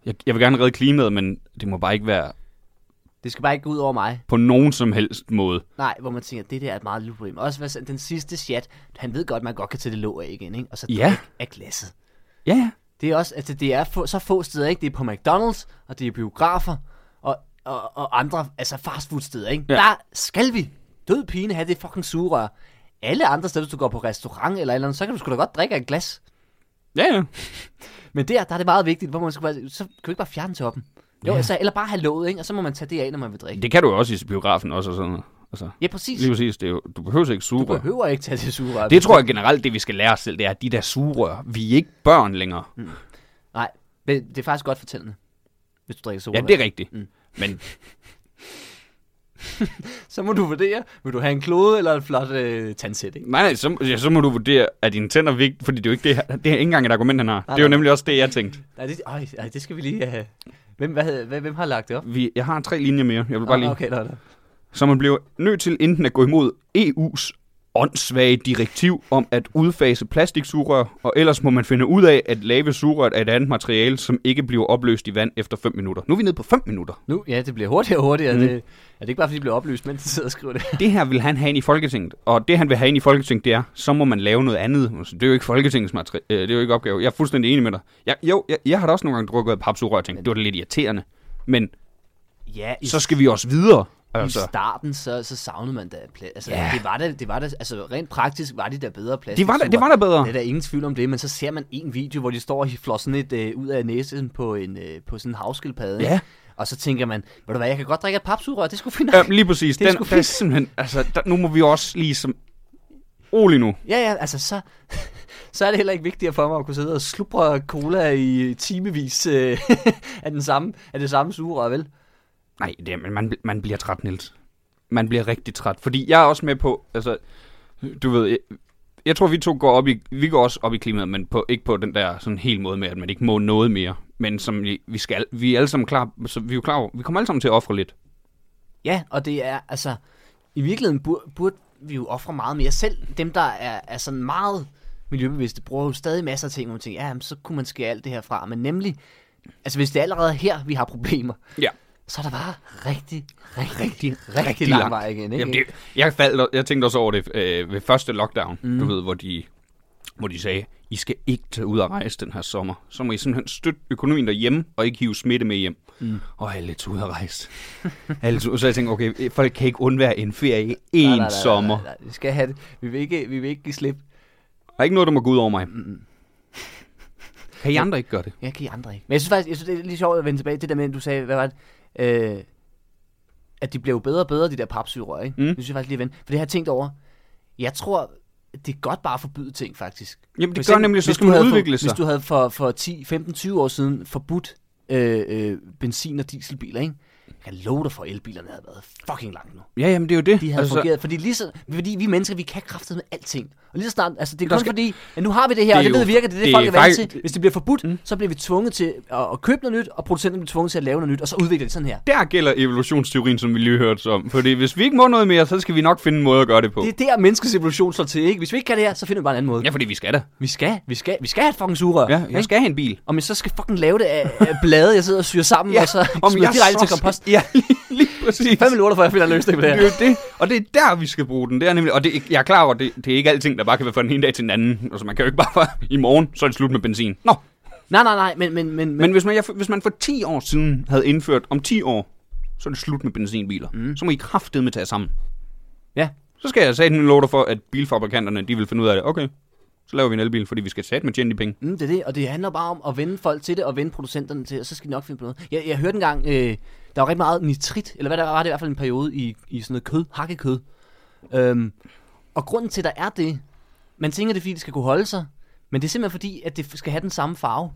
Speaker 1: jeg, jeg vil gerne redde klimaet, men det må bare ikke være
Speaker 3: Det skal bare ikke gå ud over mig.
Speaker 1: på nogen som helst måde.
Speaker 3: Nej, hvor man tænker, det der er et meget lille problem. Også hvad, så- den sidste chat, han ved godt, at man godt kan tage det låg af igen, ikke? Og så
Speaker 1: Ja.
Speaker 3: drikke af glasset.
Speaker 1: Ja, ja.
Speaker 3: Det er også, altså det er få, så få steder, ikke? Det er på McDonald's, og det er biografer, og, og, og andre, altså fastfoodsteder, ikke? Ja.
Speaker 1: Ja.
Speaker 3: Der skal vi, død pine, have det fucking sugerør. Alle andre steder, hvis du går på restaurant eller et eller andet, så kan du sgu da godt drikke af et glas.
Speaker 1: Ja, ja.
Speaker 3: Men der, der er det meget vigtigt, hvor man skal bare, så kan vi ikke bare fjerne toppen. Jo,
Speaker 1: Ja.
Speaker 3: altså, eller bare have låget, ikke? Og så må man tage det af, når man vil drikke.
Speaker 1: Det kan du jo også i biografen også og sådan noget. Altså,
Speaker 3: Ja, præcis.
Speaker 1: lige præcis, det er jo, du behøver ikke
Speaker 3: Du
Speaker 1: sugerør.
Speaker 3: behøver ikke tage det sugerør.
Speaker 1: Det tror jeg generelt, det vi skal lære os selv, det er, at de der sugerør, vi er ikke børn længere.
Speaker 3: Mm. Nej, men det er faktisk godt fortællende, hvis du drikker
Speaker 1: Ja,
Speaker 3: sugerør.
Speaker 1: det er rigtigt.
Speaker 3: Mm.
Speaker 1: Men
Speaker 3: Så må du vurdere, vil du have en klode eller en flot øh, tandsæt, ikke?
Speaker 1: nej, nej så, ja, så må du vurdere, at dine tænder er vigtige, fordi det er jo ikke, det, her, det er ikke engang et argument, han har. det er jo
Speaker 3: nej.
Speaker 1: nemlig også det, jeg tænkte.
Speaker 3: Nej, det, øj, øj, det skal vi lige have. Hvem, hvad, hvem, hvem har lagt det op?
Speaker 1: Vi, jeg har tre linjer mere, jeg vil bare
Speaker 3: Ah,
Speaker 1: lige...
Speaker 3: Okay, nej, nej.
Speaker 1: Så man bliver nødt til enten at gå imod EU's åndssvage direktiv om at udfase plastiksugerør, og ellers må man finde ud af at lave sugerøret af et andet materiale, som ikke bliver opløst i vand efter 5 minutter. Nu er vi nede på 5 minutter.
Speaker 3: Nu, ja, det bliver hurtigere og hurtigere. Mm. Det, er det ikke bare, fordi det bliver oplyst, mens de sidder og skriver det?
Speaker 1: Det her vil han have ind i Folketinget, og det han vil have ind i Folketinget, det er, så må man lave noget andet. Altså, Det er jo ikke Folketingets materi- øh, det er jo ikke opgave. Jeg er fuldstændig enig med dig. Jeg, jo, jeg, jeg har da også nogle gange drukket af papsugerør og tænkt, det var da lidt irriterende. Men
Speaker 3: Ja, i,
Speaker 1: så skal vi også videre.
Speaker 3: altså. i
Speaker 1: Altså,
Speaker 3: starten, så, så savnede man da plads. Altså,
Speaker 1: Ja.
Speaker 3: det var da, det var da, altså rent praktisk var de der bedre plads.
Speaker 1: det var da, det var da bedre.
Speaker 3: Der er der ingen tvivl om det, men så ser man en video, hvor de står og flår sådan et øh, ud af næsen på, en, øh, på sådan en havskildpadde.
Speaker 1: Ja.
Speaker 3: ikke? Og så tænker man, ved du hvad, jeg kan godt drikke et papsugerør, det skulle fint
Speaker 1: Ja,
Speaker 3: nok.
Speaker 1: lige præcis.
Speaker 3: Det
Speaker 1: Det
Speaker 3: er
Speaker 1: er,
Speaker 3: sgu
Speaker 1: den, der er
Speaker 3: fint.
Speaker 1: simpelthen, altså, der, nu må vi også lige som... Rolig nu.
Speaker 3: Ja, ja, altså så, <laughs> så er det heller ikke vigtigere for mig at kunne sidde og slubre cola i timevis øh, <laughs> af, den samme, af det samme sugerør, vel?
Speaker 1: Nej, det, er- men man, man bliver træt, Niels. Man bliver rigtig træt. Fordi jeg er også med på, altså, du ved, jeg, jeg tror, vi to går op i, vi går også op i klimaet, men på, ikke på den der sådan helt måde med, at man ikke må noget mere. Men som vi, vi skal, vi er alle sammen klar, så vi er jo klar over, vi kommer alle sammen til at ofre lidt.
Speaker 3: Ja, og det er altså... I virkeligheden bur, burde vi jo ofre meget mere selv. Dem, der er, er sådan meget miljøbevidste, bruger jo stadig masser af ting, hvor man tænker, ja, jamen, så kunne man skære alt det her fra. Men nemlig, altså hvis det er allerede her, vi har problemer,
Speaker 1: Ja.
Speaker 3: så er der bare rigtig, rigtig, rigtig, rigtig, rigtig lang vej igen. Ikke?
Speaker 1: Jamen, det, jeg, faldt, og- jeg tænkte også over det øh, ved første lockdown, mm. du ved, hvor de, hvor de sagde, I skal ikke tage ud og rejse den her sommer. Så må I simpelthen støtte økonomien derhjemme, og ikke hive smitte med hjem. Mm. Og alle tog ud og rejse. <laughs> alle tog, så jeg tænkte, okay, folk kan ikke undvære en ferie en
Speaker 3: Nej, nej, nej, nej,
Speaker 1: sommer.
Speaker 3: Nej, nej, vi skal have det. Vi vil ikke, vi vil ikke give slip.
Speaker 1: Der er ikke noget, der må gå ud over mig. Mm. Kan I andre ikke gøre det?
Speaker 3: Jeg kan I andre ikke. Men jeg synes faktisk, jeg synes, det er lige sjovt at vende tilbage til det der med, at du sagde, hvad var det? Øh, at de blev bedre og bedre, de der papsugerør, ikke?
Speaker 1: Mm.
Speaker 3: Det synes jeg faktisk lige at vende. For det har jeg tænkt over. Jeg tror, det er godt bare at forbyde ting, faktisk.
Speaker 1: Jamen, det
Speaker 3: For
Speaker 1: gør nemlig, så
Speaker 3: hvis
Speaker 1: skal
Speaker 3: du
Speaker 1: man
Speaker 3: havde for-
Speaker 1: udvikle sig.
Speaker 3: Hvis du havde for, for 10, 15, 20 år siden forbudt øh, øh, benzin- og dieselbiler, ikke? Jeg kan love dig for, at elbilerne havde været fucking langt nu.
Speaker 1: Ja, jamen det er jo det.
Speaker 3: De havde altså, fungeret, fordi, lige så, fordi vi mennesker, vi kan kræftet med alting. Og lige så snart, altså det er
Speaker 1: Der
Speaker 3: kun
Speaker 1: skal-
Speaker 3: skal, fordi, at nu har vi det her,
Speaker 1: Det
Speaker 3: og
Speaker 1: er
Speaker 3: det ved
Speaker 1: jo-
Speaker 3: vi virker, det er det,
Speaker 1: det
Speaker 3: folk
Speaker 1: er
Speaker 3: er vant
Speaker 1: faktisk-
Speaker 3: til. Hvis det bliver forbudt, mm. så bliver vi tvunget til at, at købe noget nyt, og producenten bliver tvunget til at lave noget nyt, og så udvikle det sådan her.
Speaker 1: Der gælder evolutionsteorien, som vi lige hørte om. Fordi hvis vi ikke må noget mere, så skal vi nok finde en måde at gøre det på.
Speaker 3: Det er der, menneskets evolution slår til, ikke? Hvis vi ikke kan det her, så finder vi bare en anden måde.
Speaker 1: Ja, fordi vi skal da.
Speaker 3: Vi skal, vi skal, vi skal have et fucking sugerør.
Speaker 1: Ja,
Speaker 3: ikke?
Speaker 1: jeg skal have en bil.
Speaker 3: Om jeg så skal fucking lave det af, af blade, jeg sidder og syr sammen, og så
Speaker 1: om
Speaker 3: smider
Speaker 1: jeg
Speaker 3: direkte
Speaker 1: så
Speaker 3: til kompost.
Speaker 1: skal- Ja, lige, lige præcis.
Speaker 3: Fem minutter, før jeg finder en løsning på det
Speaker 1: Det
Speaker 3: her.
Speaker 1: er jo det, og det er der, vi skal bruge den. Det er nemlig, og det, jeg er klar over, det, det er ikke alting, der bare kan være fra den ene dag til den anden. Altså, man kan jo ikke bare, i morgen, så er det slut med benzin. Nå,
Speaker 3: Nej, nej, nej, men, men, men,
Speaker 1: men hvis man, jeg, hvis man for 10 år siden havde indført, om 10 år, så er det slut med benzinbiler. Mm. Så må I kraftedeme tage jer sammen.
Speaker 3: ja.
Speaker 1: Så skal jeg satme love dig for, at bilfabrikanterne, de vil finde ud af det. Okay, så laver vi en elbil, fordi vi skal satme tjene de penge.
Speaker 3: Mm, det er det, og det handler bare om at vende folk til det, og vende producenterne til det, og så skal de nok finde på noget. Jeg, jeg hørte engang, øh, der var rigtig meget nitrit, eller hvad der var, det i hvert fald en periode i, i sådan noget kød, hakkekød. Øhm, og grunden til, at der er det, man tænker, det er fordi, det skal kunne holde sig, men det er simpelthen fordi, at det skal have den samme farve.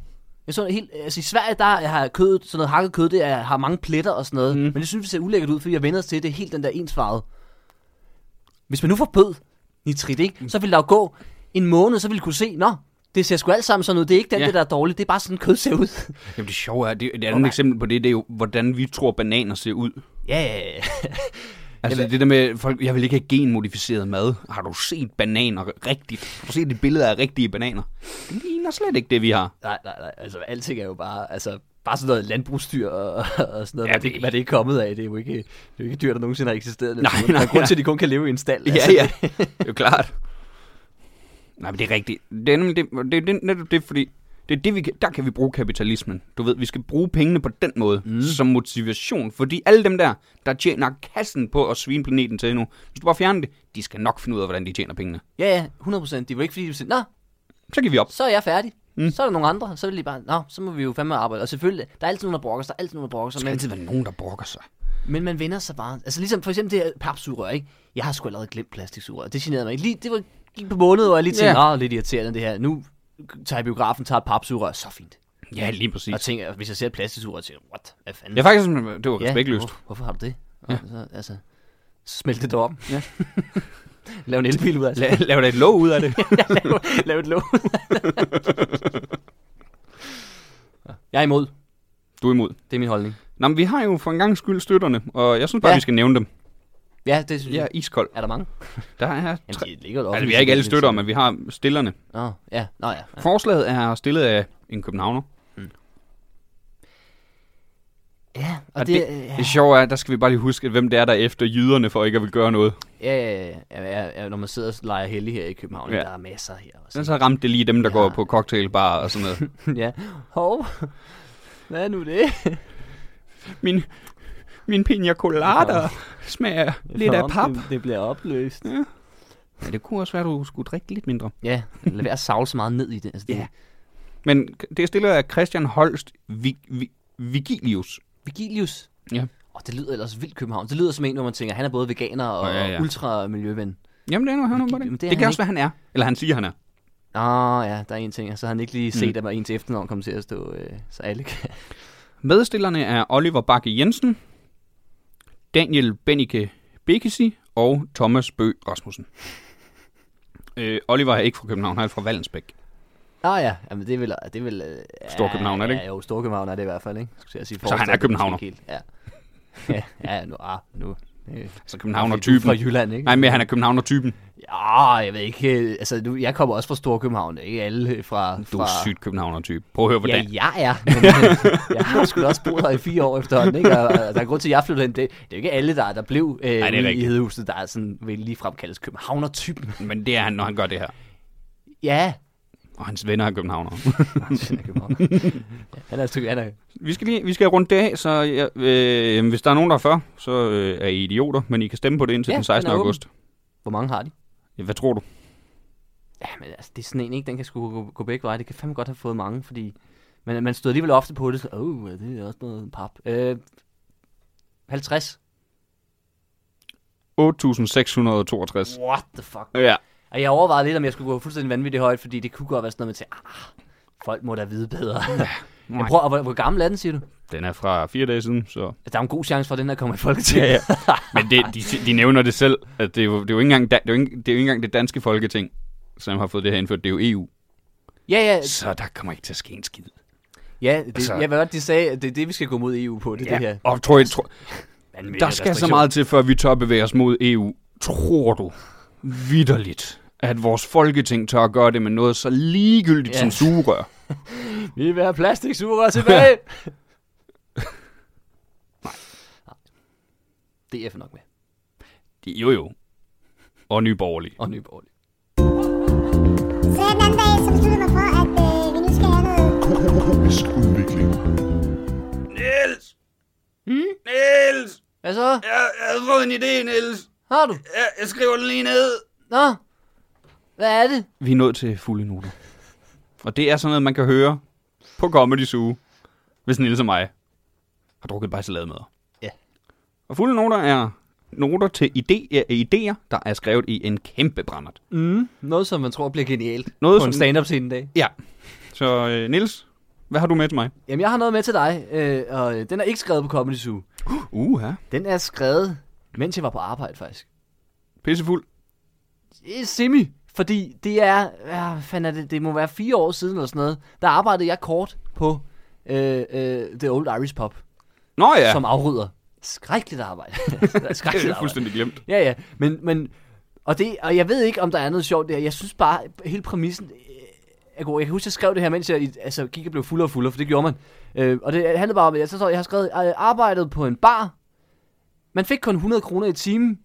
Speaker 3: Jeg så helt, altså i Sverige, der har kødet, sådan noget hakket kød, det er, har mange pletter og sådan noget, mm. men det synes vi ser ulækkert ud, fordi jeg vender os til, at det er helt den der ensfarvede. Hvis man nu forbød nitrit, ikke? så ville der jo gå en måned, så ville du kunne se, nå, det ser sgu alt sammen sådan ud. Det er ikke den,
Speaker 1: Ja.
Speaker 3: ja. der er dårligt. Det er bare sådan, kød ser ud.
Speaker 1: Jamen det sjove er, det, et andet
Speaker 3: nej.
Speaker 1: eksempel på det, det er jo, hvordan vi tror, bananer ser ud.
Speaker 3: <laughs> Ja, ja, ja. <laughs>
Speaker 1: Altså det der med, folk, jeg vil ikke have genmodificeret mad. Har du set bananer rigtigt? Har du set et billede af rigtige bananer? Det ligner slet ikke det, vi har.
Speaker 3: Nej, nej, nej. Altså, alting er jo bare, altså, bare sådan noget landbrugsdyr og, og sådan noget.
Speaker 1: Ja,
Speaker 3: Ja, det, hvad,
Speaker 1: det-
Speaker 3: det, hvad det er kommet af, det er jo ikke, det er jo ikke dyr, der nogensinde har eksisteret.
Speaker 1: Nej,
Speaker 3: der
Speaker 1: nej,
Speaker 3: er grund
Speaker 1: nej.
Speaker 3: til, at de kun kan leve i en stald.
Speaker 1: Ja,
Speaker 3: altså,
Speaker 1: ja. <laughs> Det er jo klart. Nej, men det er rigtigt. Det er nemlig det, det, det, netop det fordi det er det, vi kan, der kan vi bruge kapitalismen. Du ved, vi skal bruge pengene på den måde, mm. som motivation. Fordi alle dem der, der tjener kassen på at svine planeten til nu, hvis du bare fjerner det, de skal nok finde ud af, hvordan de tjener pengene.
Speaker 3: Ja, ja, 100 procent. Det er jo ikke, fordi de siger, nå,
Speaker 1: Så giver vi op.
Speaker 3: så er jeg færdig. Mm. Så er der nogle andre, så er det lige bare, nå, så må vi jo fandme arbejde. Og selvfølgelig, der er altid nogen, der brokker sig, der er altid nogen, der brokker sig.
Speaker 1: Der skal
Speaker 3: Men,
Speaker 1: altid være nogen, der brokker sig.
Speaker 3: Men man vender sig bare. Altså ligesom for eksempel det her papsugerør, ikke? Jeg har sgu allerede glemt plastiksugerør. Det generede mig ikke. Lige, det var gik på måned, hvor jeg lige tænkte,
Speaker 1: Ja.
Speaker 3: yeah. lidt irriterende det her. Nu tager jeg i biografen, tager et papsugerør, så fint.
Speaker 1: Ja, lige præcis.
Speaker 3: Og tænker, hvis jeg ser et plastiksugerør, tænker jeg, what? Hvad fanden?
Speaker 1: Ja, faktisk, det var respektløst.
Speaker 3: Hvor, hvorfor har du det? Ja. Så, altså, så smelt det dog om. Ja. <laughs> lav en elbil ud af
Speaker 1: <laughs>
Speaker 3: det.
Speaker 1: La- lav da et låg ud af
Speaker 3: <laughs>
Speaker 1: det.
Speaker 3: lav,
Speaker 1: <laughs>
Speaker 3: lav et låg. jeg er imod.
Speaker 1: Du er imod.
Speaker 3: Det er min holdning.
Speaker 1: Nå, men vi har jo for en gang skyld støtterne, og jeg synes bare, ja.
Speaker 3: Ja.
Speaker 1: vi skal nævne dem.
Speaker 3: Ja, det synes
Speaker 1: Jeg er
Speaker 3: jeg.
Speaker 1: iskold.
Speaker 3: Er der mange?
Speaker 1: Der er
Speaker 3: Jamen,
Speaker 1: tre...
Speaker 3: de ligger jo
Speaker 1: Altså, vi har ikke alle støtter, men vi har stillerne.
Speaker 3: Nå, ja. Nå, ja.
Speaker 1: Forslaget er stillet af en københavner.
Speaker 3: Ja, og,
Speaker 1: Og
Speaker 3: det,
Speaker 1: det, det, det sjove er, der skal vi bare lige huske, hvem det er, der er efter jyderne, for ikke at vil gøre noget.
Speaker 3: ja, ja, ja, ja, ja, ja, når man sidder og leger heldig her i København,
Speaker 1: Ja.
Speaker 3: ja. der er masser her
Speaker 1: Så,
Speaker 3: også.
Speaker 1: så ramte det lige dem, der
Speaker 3: Ja.
Speaker 1: går på cocktailbar og sådan <laughs> noget.
Speaker 3: <laughs> ja. Hov, hvad er nu det?
Speaker 1: Min, min pina colada smager lidt af pap.
Speaker 3: Det, det bliver opløst.
Speaker 1: Ja, det kunne også være, du skulle drikke lidt mindre.
Speaker 3: Ja, lad være at savle så meget ned i det. Altså, det
Speaker 1: Ja. Men det er stillet af Christian Holst vi, vi, Vigilius.
Speaker 3: Vigilius.
Speaker 1: Ja.
Speaker 3: Og det lyder ellers vildt København. Det lyder som en, når man tænker, han er både veganer og
Speaker 1: Åh, ja,
Speaker 3: ja,
Speaker 1: ja.
Speaker 3: ja. ultramiljøven.
Speaker 1: Jamen, det er noget, han er
Speaker 3: Vigil-
Speaker 1: på det.
Speaker 3: men
Speaker 1: Det,
Speaker 3: det
Speaker 1: det
Speaker 3: er
Speaker 1: kan
Speaker 3: han
Speaker 1: også være, han er. Eller han siger, han er.
Speaker 3: Nå ja, der er en ting. og Så har han ikke lige set,
Speaker 1: Mm.
Speaker 3: mm. at der er en til efternavn kom til at stå, øh, så alle kan.
Speaker 1: Medstillerne er Oliver Bakke Jensen, Daniel Bennike Bekesi og Thomas Bø Rasmussen. Øh, Oliver er ikke fra København, han er fra Vallensbæk.
Speaker 3: Nå ja, jamen, det er vel... Det er vel øh,
Speaker 1: Storkøbenhavn, er det ikke?
Speaker 3: Ja, jo, Storkøbenhavn er det i hvert fald, ikke? Skulle jeg sige,
Speaker 1: Så han er
Speaker 3: forstaden, måske
Speaker 1: københavner.
Speaker 3: ikke helt. Ja. ja, ja, nu, ah, nu. Øh,
Speaker 1: Så
Speaker 3: Fra
Speaker 1: københavner-typen.
Speaker 3: Jylland, ikke?
Speaker 1: Nej, men han er københavner-typen.
Speaker 3: Ja, jeg ved ikke. øh, Altså, nu, jeg kommer også fra Storkøbenhavn. Ikke alle øh, fra...
Speaker 1: Du
Speaker 3: fra...
Speaker 1: er sygt københavner-type. Prøv at høre, hvordan...
Speaker 3: Ja, jeg er. Men, øh, jeg har sgu da også boet her i fire år efterhånden. Ikke? Og, og der er en grund til, at jeg flyttede hen. Det, det er jo ikke alle, der, der blev
Speaker 1: Nej,
Speaker 3: øh,
Speaker 1: det er
Speaker 3: ude i
Speaker 1: rigtigt.
Speaker 3: Hedehuset, der er sådan, vil ligefrem kaldes københavner-typen.
Speaker 1: Men det er han, når han gør det her. <laughs>
Speaker 3: Ja. Ah,
Speaker 1: Og hans venner er
Speaker 3: <laughs>
Speaker 1: københavnere.
Speaker 3: Han er københavner. Han er, han er
Speaker 1: Vi skal, lige, vi skal runde det af, så jeg, øh, hvis der er nogen, der er for, så øh, er I idioter, men I kan stemme på det indtil
Speaker 3: Ja,
Speaker 1: ja, den 16.
Speaker 3: den er åben.
Speaker 1: august.
Speaker 3: Hvor mange har de?
Speaker 1: Ja, Hvad tror du?
Speaker 3: Ja, men altså, det er sådan en, ikke? Den kan sgu gå, gå begge veje. Det kan fandme godt have fået mange, fordi... Men man stod alligevel ofte på det, så... Åh, oh, det er også noget pap. Øh, 50.
Speaker 1: 8.662.
Speaker 3: What the fuck?
Speaker 1: Ja.
Speaker 3: Og jeg overvejede lidt, om jeg skulle gå fuldstændig vanvittigt højt, fordi det kunne godt være sådan noget med til... Ah, folk må da vide bedre. <laughs> jeg prøver, og hvor, hvor gammel er den, siger du?
Speaker 1: Den er fra fire dage siden, så...
Speaker 3: Altså, Der er en god chance for, at den her kommer i Folketinget. Ja, ja.
Speaker 1: Men det, de, de nævner det selv, at det er jo, det er jo, ikke, engang, da, det er jo ikke, det er jo ikke engang det danske folketing, som har fået det her indført. Det er jo EU.
Speaker 3: ja, ja,
Speaker 1: Så der kommer ikke til at ske en skid.
Speaker 3: ja, det,
Speaker 1: Altså-
Speaker 3: altså, jeg ved godt, de sagde, at det er det, vi skal gå mod EU på, det, ja. det her.
Speaker 1: Og tror, jeg, tror,
Speaker 3: Vanvittige
Speaker 1: der skal så
Speaker 3: restriktioner.
Speaker 1: meget til, før vi tør bevæge os mod EU. Tror du vidderligt, at vores folketing tør at gøre det med noget så ligegyldigt
Speaker 3: Ja.
Speaker 1: som sugerør?
Speaker 3: Vi vil have plastiksugerør <laughs> tilbage! Nej. DF er nok med.
Speaker 1: Jo jo. Og Nye Borgerlige.
Speaker 3: Og Nye Borgerlige.
Speaker 2: Så den anden dag, så besluttede jeg mig for, at øh, vi nu skal have noget
Speaker 4: Komisk udvikling.
Speaker 1: Niels! Hmm? Niels!
Speaker 3: Hvad så?
Speaker 1: Jeg, jeg har fået en idé, Niels.
Speaker 3: Har du?
Speaker 1: Jeg, jeg skriver den lige ned.
Speaker 3: Nå? Hvad er det?
Speaker 1: Vi er nået til fulde noter. Og det er sådan noget, man kan høre på Comedy Zoo, hvis Niels og mig har drukket bare med.
Speaker 3: Ja.
Speaker 1: Og fulde noter er noter til idé, idéer, der er skrevet i en kæmpe brændert.
Speaker 3: Mm, noget, som man tror bliver genialt
Speaker 1: Noget,
Speaker 3: på en
Speaker 1: som-
Speaker 3: stand-up-scene i dag.
Speaker 1: Ja. Så øh, Niels, hvad har du med til mig?
Speaker 3: Jamen, jeg har noget med til dig, øh, og øh, den er ikke skrevet på Comedy Zoo.
Speaker 1: Uh, ja.
Speaker 3: Den er skrevet, mens jeg var på arbejde, faktisk.
Speaker 1: Pissefuld.
Speaker 3: Øh, Semi, fordi det er, ja, hvad fanden er det, det må være fire år siden eller sådan noget, der arbejdede jeg kort på øh, øh, The Old Irish Pub,
Speaker 1: Nå ja,
Speaker 3: ja. som afrydder. Skrækkeligt arbejde.
Speaker 1: <laughs> det er
Speaker 3: Skrækkeligt
Speaker 1: jeg
Speaker 3: arbejde.
Speaker 1: fuldstændig glemt.
Speaker 3: Ja, ja, men, men og, det, og jeg ved ikke, om der er noget sjovt der. Jeg synes bare, hele præmissen øh, er god. Jeg kan huske, jeg skrev det her, mens jeg i- altså, gik og blev fuldere og fuldere, for det gjorde man. Øh, og det handlede bare om, at jeg, så, står, jeg har skrevet, øh, arbejdet på en bar. Man fik kun 100 kroner i timen.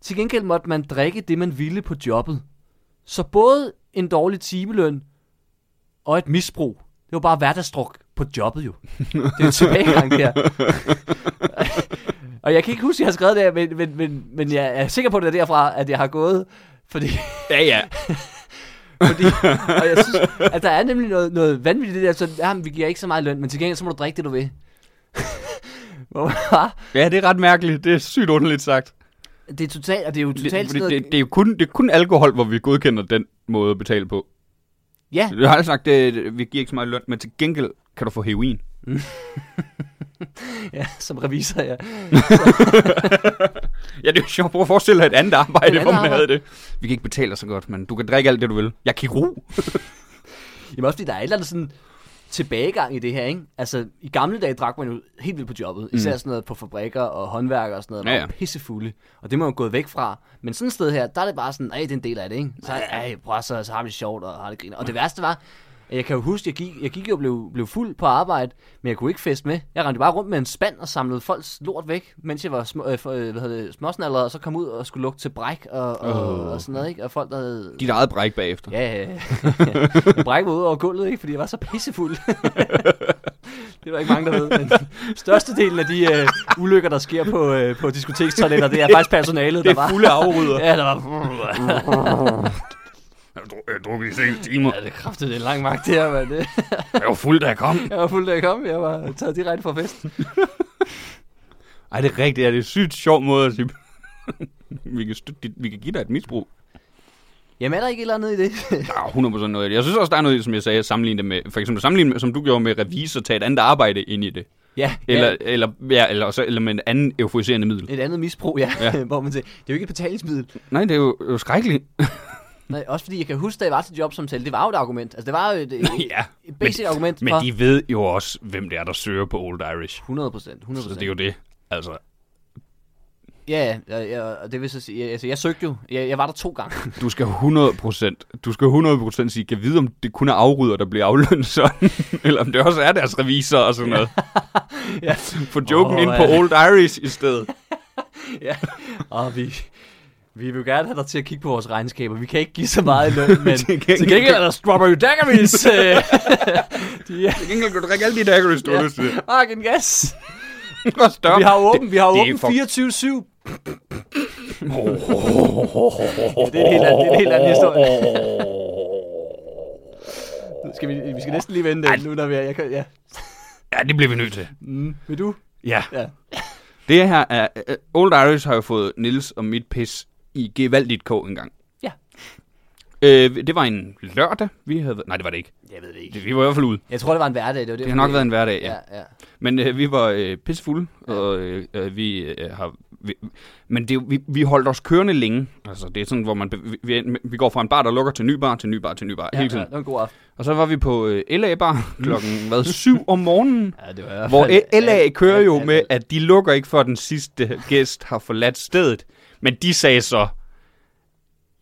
Speaker 3: Til gengæld måtte man drikke det, man ville på jobbet. Så både en dårlig timeløn og et misbrug. Det var bare hverdagsdruk på jobbet jo. Det er jo tilbagegang der. og jeg kan ikke huske, at jeg har skrevet det, her, men, men, men, men jeg er sikker på, at det er derfra, at jeg har gået. Fordi, <laughs>
Speaker 1: Ja, ja.
Speaker 3: fordi og jeg synes, at der er nemlig noget, noget vanvittigt i det der, så jamen, vi giver ikke så meget løn, men til gengæld så må du drikke det, du vil. <laughs> Hvor <laughs> man bare-
Speaker 1: Ja, det er ret mærkeligt. Det er sygt underligt sagt.
Speaker 3: det er totalt, og det er jo
Speaker 1: det,
Speaker 3: totalt sådan
Speaker 1: det,
Speaker 3: noget,
Speaker 1: det, det, er jo kun, det er kun alkohol, hvor vi godkender den måde at betale på.
Speaker 3: ja,
Speaker 1: Jeg har aldrig sagt, det, det- vi giver ikke så meget løn, men til gengæld kan du få heroin.
Speaker 3: ja, som revisor, ja.
Speaker 1: Ja, det er jo sjovt. Prøv at forestille dig et andet
Speaker 3: Et
Speaker 1: arbejde,
Speaker 3: andet
Speaker 1: hvor man
Speaker 3: arbejde.
Speaker 1: havde det. Vi kan ikke betale dig så godt, men du kan drikke alt det, du vil. Jeg er kirurg.
Speaker 3: Jamen også fordi der er et eller andet sådan tilbagegang i det her, ikke? Altså, i gamle dage drak man jo helt vildt på jobbet. Især sådan noget på fabrikker og håndværker og sådan noget. Man
Speaker 1: Mm. Ja,
Speaker 3: ja,
Speaker 1: ja.
Speaker 3: ja. pissefulde. Og det er man jo gået væk fra. Men sådan et sted her, der er det bare sådan, ej, det er en del af det, ikke? Så, ej, prøv at så, så har vi det sjovt og har det griner. Og
Speaker 1: Mm.
Speaker 3: det værste var, at jeg kan jo huske, jeg gik, jeg gik jo og blev, blev fuld på arbejde, men jeg kunne ikke feste med. Jeg rendte bare rundt med en spand og samlede folks lort væk, mens jeg var små, øh, for- øh, hvad hedder det, småsnallere, og så kom ud og skulle lugte til bræk og, og,
Speaker 1: Åh.
Speaker 3: oh. og sådan noget, ikke? Og folk, der havde
Speaker 1: Dit eget bræk bagefter.
Speaker 3: Ja,
Speaker 1: <laughs>
Speaker 3: ja, ja. Jeg brækkede mig ud over gulvet, ikke, fordi jeg var så pissefuld. <laughs> det var ikke mange, der ved, men størstedelen af de øh, ulykker, der sker på, øh, på diskotekstoiletter, det er faktisk personalet, der var.
Speaker 1: fulde <laughs> afrydder.
Speaker 3: Ja, der var...
Speaker 1: Jeg har dru- jeg har drukket i seks timer.
Speaker 3: Ja, det kræftede det en lang magt, det her, mand. Det-
Speaker 1: Jeg var fuld, da jeg kom.
Speaker 3: Jeg var fuld, da jeg kom. Jeg var taget direkte fra festen.
Speaker 1: Ej, det er rigtigt. Ja, det er sygt sjov måde at sige. <laughs> vi, kan støtte, dit- vi kan give dig et misbrug.
Speaker 3: Jamen, er der ikke et eller andet i det? <laughs>
Speaker 1: Der er 100% noget i det. Jeg synes også, der er noget, i det, som jeg sagde, at sammenligne det med, for eksempel sammenligne med, som du gjorde med revisor, tage et andet arbejde ind i det.
Speaker 3: ja,
Speaker 1: Eller,
Speaker 3: ja,
Speaker 1: ja. eller, ja, eller, så, eller med en anden euforiserende middel.
Speaker 3: et andet misbrug, ja.
Speaker 1: Ja.
Speaker 3: ja. <laughs> Hvor man siger, det er jo ikke et betalingsmiddel.
Speaker 1: Nej, det er jo, jo skrækkeligt.
Speaker 3: Nej, også fordi jeg kan huske, da jeg var til jobsamtale, det var jo et argument. Altså, det var jo et, et,
Speaker 1: <laughs> ja.
Speaker 3: et basic
Speaker 1: men,
Speaker 3: argument
Speaker 1: Men
Speaker 3: for...
Speaker 1: de ved jo også, hvem det er, der søger på Old Irish.
Speaker 3: 100 procent, 100
Speaker 1: Så det er jo det. Altså,
Speaker 3: Ja, ja, ja, og det vil så sige, altså jeg søgte jo, jeg, jeg var der to gange.
Speaker 1: Du skal 100%, du skal 100% sige, kan vide, om det kun er afrydder, der bliver aflønnet sådan, <laughs> eller om det også er deres revisor og sådan noget.
Speaker 3: ja.
Speaker 1: <laughs> Få joken
Speaker 3: Åh,
Speaker 1: oh, ind
Speaker 3: ja.
Speaker 1: på Old Irish i stedet.
Speaker 3: ja. <laughs> Og vi, vi vil gerne have dig til at kigge på vores regnskaber. Vi kan ikke give så meget i <laughs> løn, men til
Speaker 1: gengæld-
Speaker 3: gengæld, er der strawberry <laughs> daggeries. øh, de er
Speaker 1: Til gengæld kan du drikke alle de daiquiris, du
Speaker 3: Ja.
Speaker 1: har lyst til.
Speaker 3: fucking gas.
Speaker 1: Og stop.
Speaker 3: Vi har jo åben, vi har
Speaker 1: det er
Speaker 3: åben
Speaker 1: for-
Speaker 3: 24-7. <laughs> det er en helt anden, det er en helt anden historie. skal vi, vi skal næsten lige vente den, nu, når vi er, jeg kan, ja.
Speaker 1: Ja, det bliver vi nødt til.
Speaker 3: Mm, vil du?
Speaker 1: Ja.
Speaker 3: Ja.
Speaker 1: Det her er... øh, Old Irish har jo fået Nils og mit pis i gevaldigt kog engang.
Speaker 3: Ja.
Speaker 1: Øh, det var en lørdag, vi havde... været- Nej, det var det ikke.
Speaker 3: Jeg ved det ikke.
Speaker 1: Vi var i hvert fald ude.
Speaker 3: Jeg tror, det var en hverdag. Det, var
Speaker 1: Det har nok været en hverdag, ja.
Speaker 3: ja, ja.
Speaker 1: Men øh, vi var øh, pissefulde, og øh, øh, vi øh, har... Vi, men det, er jo- vi, vi holdt os kørende længe. Altså, det er sådan, hvor man... be- Vi, vi, vi går fra en bar, der lukker, til en ny bar, til en ny bar, til en ny bar. Ja,
Speaker 3: ja,
Speaker 1: hele tiden.
Speaker 3: ja, det var en god aften.
Speaker 1: Og så var vi på øh, <laughs> LA-bar klokken, hvad, syv om morgenen.
Speaker 3: Ja, det var i hvert
Speaker 1: Hvor
Speaker 3: fald-
Speaker 1: øh, LA kører jo
Speaker 3: Ja, ja,
Speaker 1: med, at de lukker ikke, før den sidste gæst har forladt stedet. Men de sagde så,